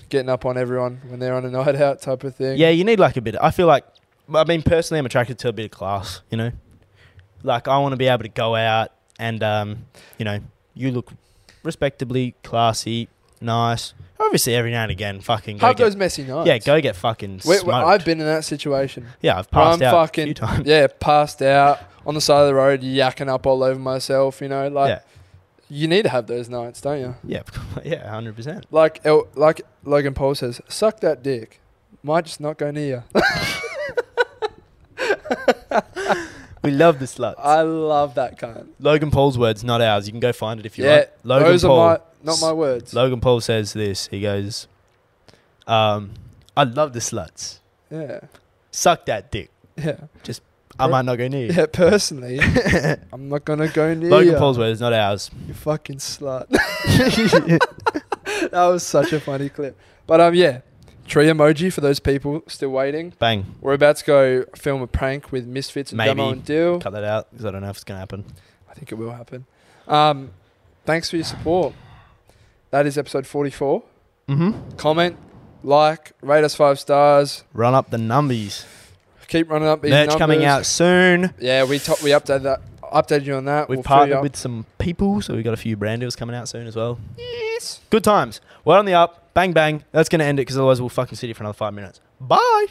[SPEAKER 2] getting up on everyone when they're on a night out type of thing.
[SPEAKER 1] Yeah, you need like a bit. I feel like, I mean, personally, I'm attracted to a bit of class. You know, like I want to be able to go out and, um, you know, you look respectably classy, nice. Obviously, every now and again, fucking go
[SPEAKER 2] Have
[SPEAKER 1] get,
[SPEAKER 2] those messy nights.
[SPEAKER 1] yeah, go get fucking
[SPEAKER 2] Wait,
[SPEAKER 1] smoked.
[SPEAKER 2] wait, I've been in that situation.
[SPEAKER 1] yeah, I've
[SPEAKER 2] where
[SPEAKER 1] passed
[SPEAKER 2] I'm
[SPEAKER 1] out
[SPEAKER 2] fucking-
[SPEAKER 1] a few times.
[SPEAKER 2] Yeah, passed out on the side of the road, yakking up all over myself. You know, like
[SPEAKER 1] Yeah.
[SPEAKER 2] you need to have those nights, don't you?
[SPEAKER 1] Yeah, yeah, hundred percent.
[SPEAKER 2] Like, El- like Logan Paul says, suck that dick. Might just not go near you.
[SPEAKER 1] We love the sluts.
[SPEAKER 2] I love that cunt.
[SPEAKER 1] Logan Paul's words, not ours. You can go find it if you
[SPEAKER 2] Yeah,
[SPEAKER 1] want. Logan
[SPEAKER 2] those
[SPEAKER 1] Paul.
[SPEAKER 2] are my not my words.
[SPEAKER 1] Logan Paul says this. He goes, um, "I love the sluts.
[SPEAKER 2] yeah,
[SPEAKER 1] Suck that dick.
[SPEAKER 2] yeah,
[SPEAKER 1] I
[SPEAKER 2] Bro-
[SPEAKER 1] might not go near you."
[SPEAKER 2] yeah. Personally, I'm not gonna go near
[SPEAKER 1] Logan
[SPEAKER 2] you.
[SPEAKER 1] Paul's words, not ours.
[SPEAKER 2] You fucking slut. that was such a funny clip. But um, yeah, tree emoji for those people still waiting.
[SPEAKER 1] Bang.
[SPEAKER 2] We're about to go film a prank with Misfits and
[SPEAKER 1] Maybe.
[SPEAKER 2] Demo and Dill.
[SPEAKER 1] Cut that out because I don't know if it's going to happen.
[SPEAKER 2] I think it will happen. Um, thanks for your support. That is episode 44.
[SPEAKER 1] Mm-hmm.
[SPEAKER 2] Comment, like, rate us five stars.
[SPEAKER 1] Run up the numbers.
[SPEAKER 2] Keep running up these
[SPEAKER 1] Merch
[SPEAKER 2] numbers.
[SPEAKER 1] coming out soon.
[SPEAKER 2] Yeah, we top, we updated that. Updated you on that.
[SPEAKER 1] We've
[SPEAKER 2] We'll fill you
[SPEAKER 1] partnered
[SPEAKER 2] up.
[SPEAKER 1] with some people, so we've got a few brand deals coming out soon as well.
[SPEAKER 2] Yes.
[SPEAKER 1] Good times. We're on the up. Bang, bang. That's going to end it because otherwise we'll fucking sit here for another five minutes. Bye.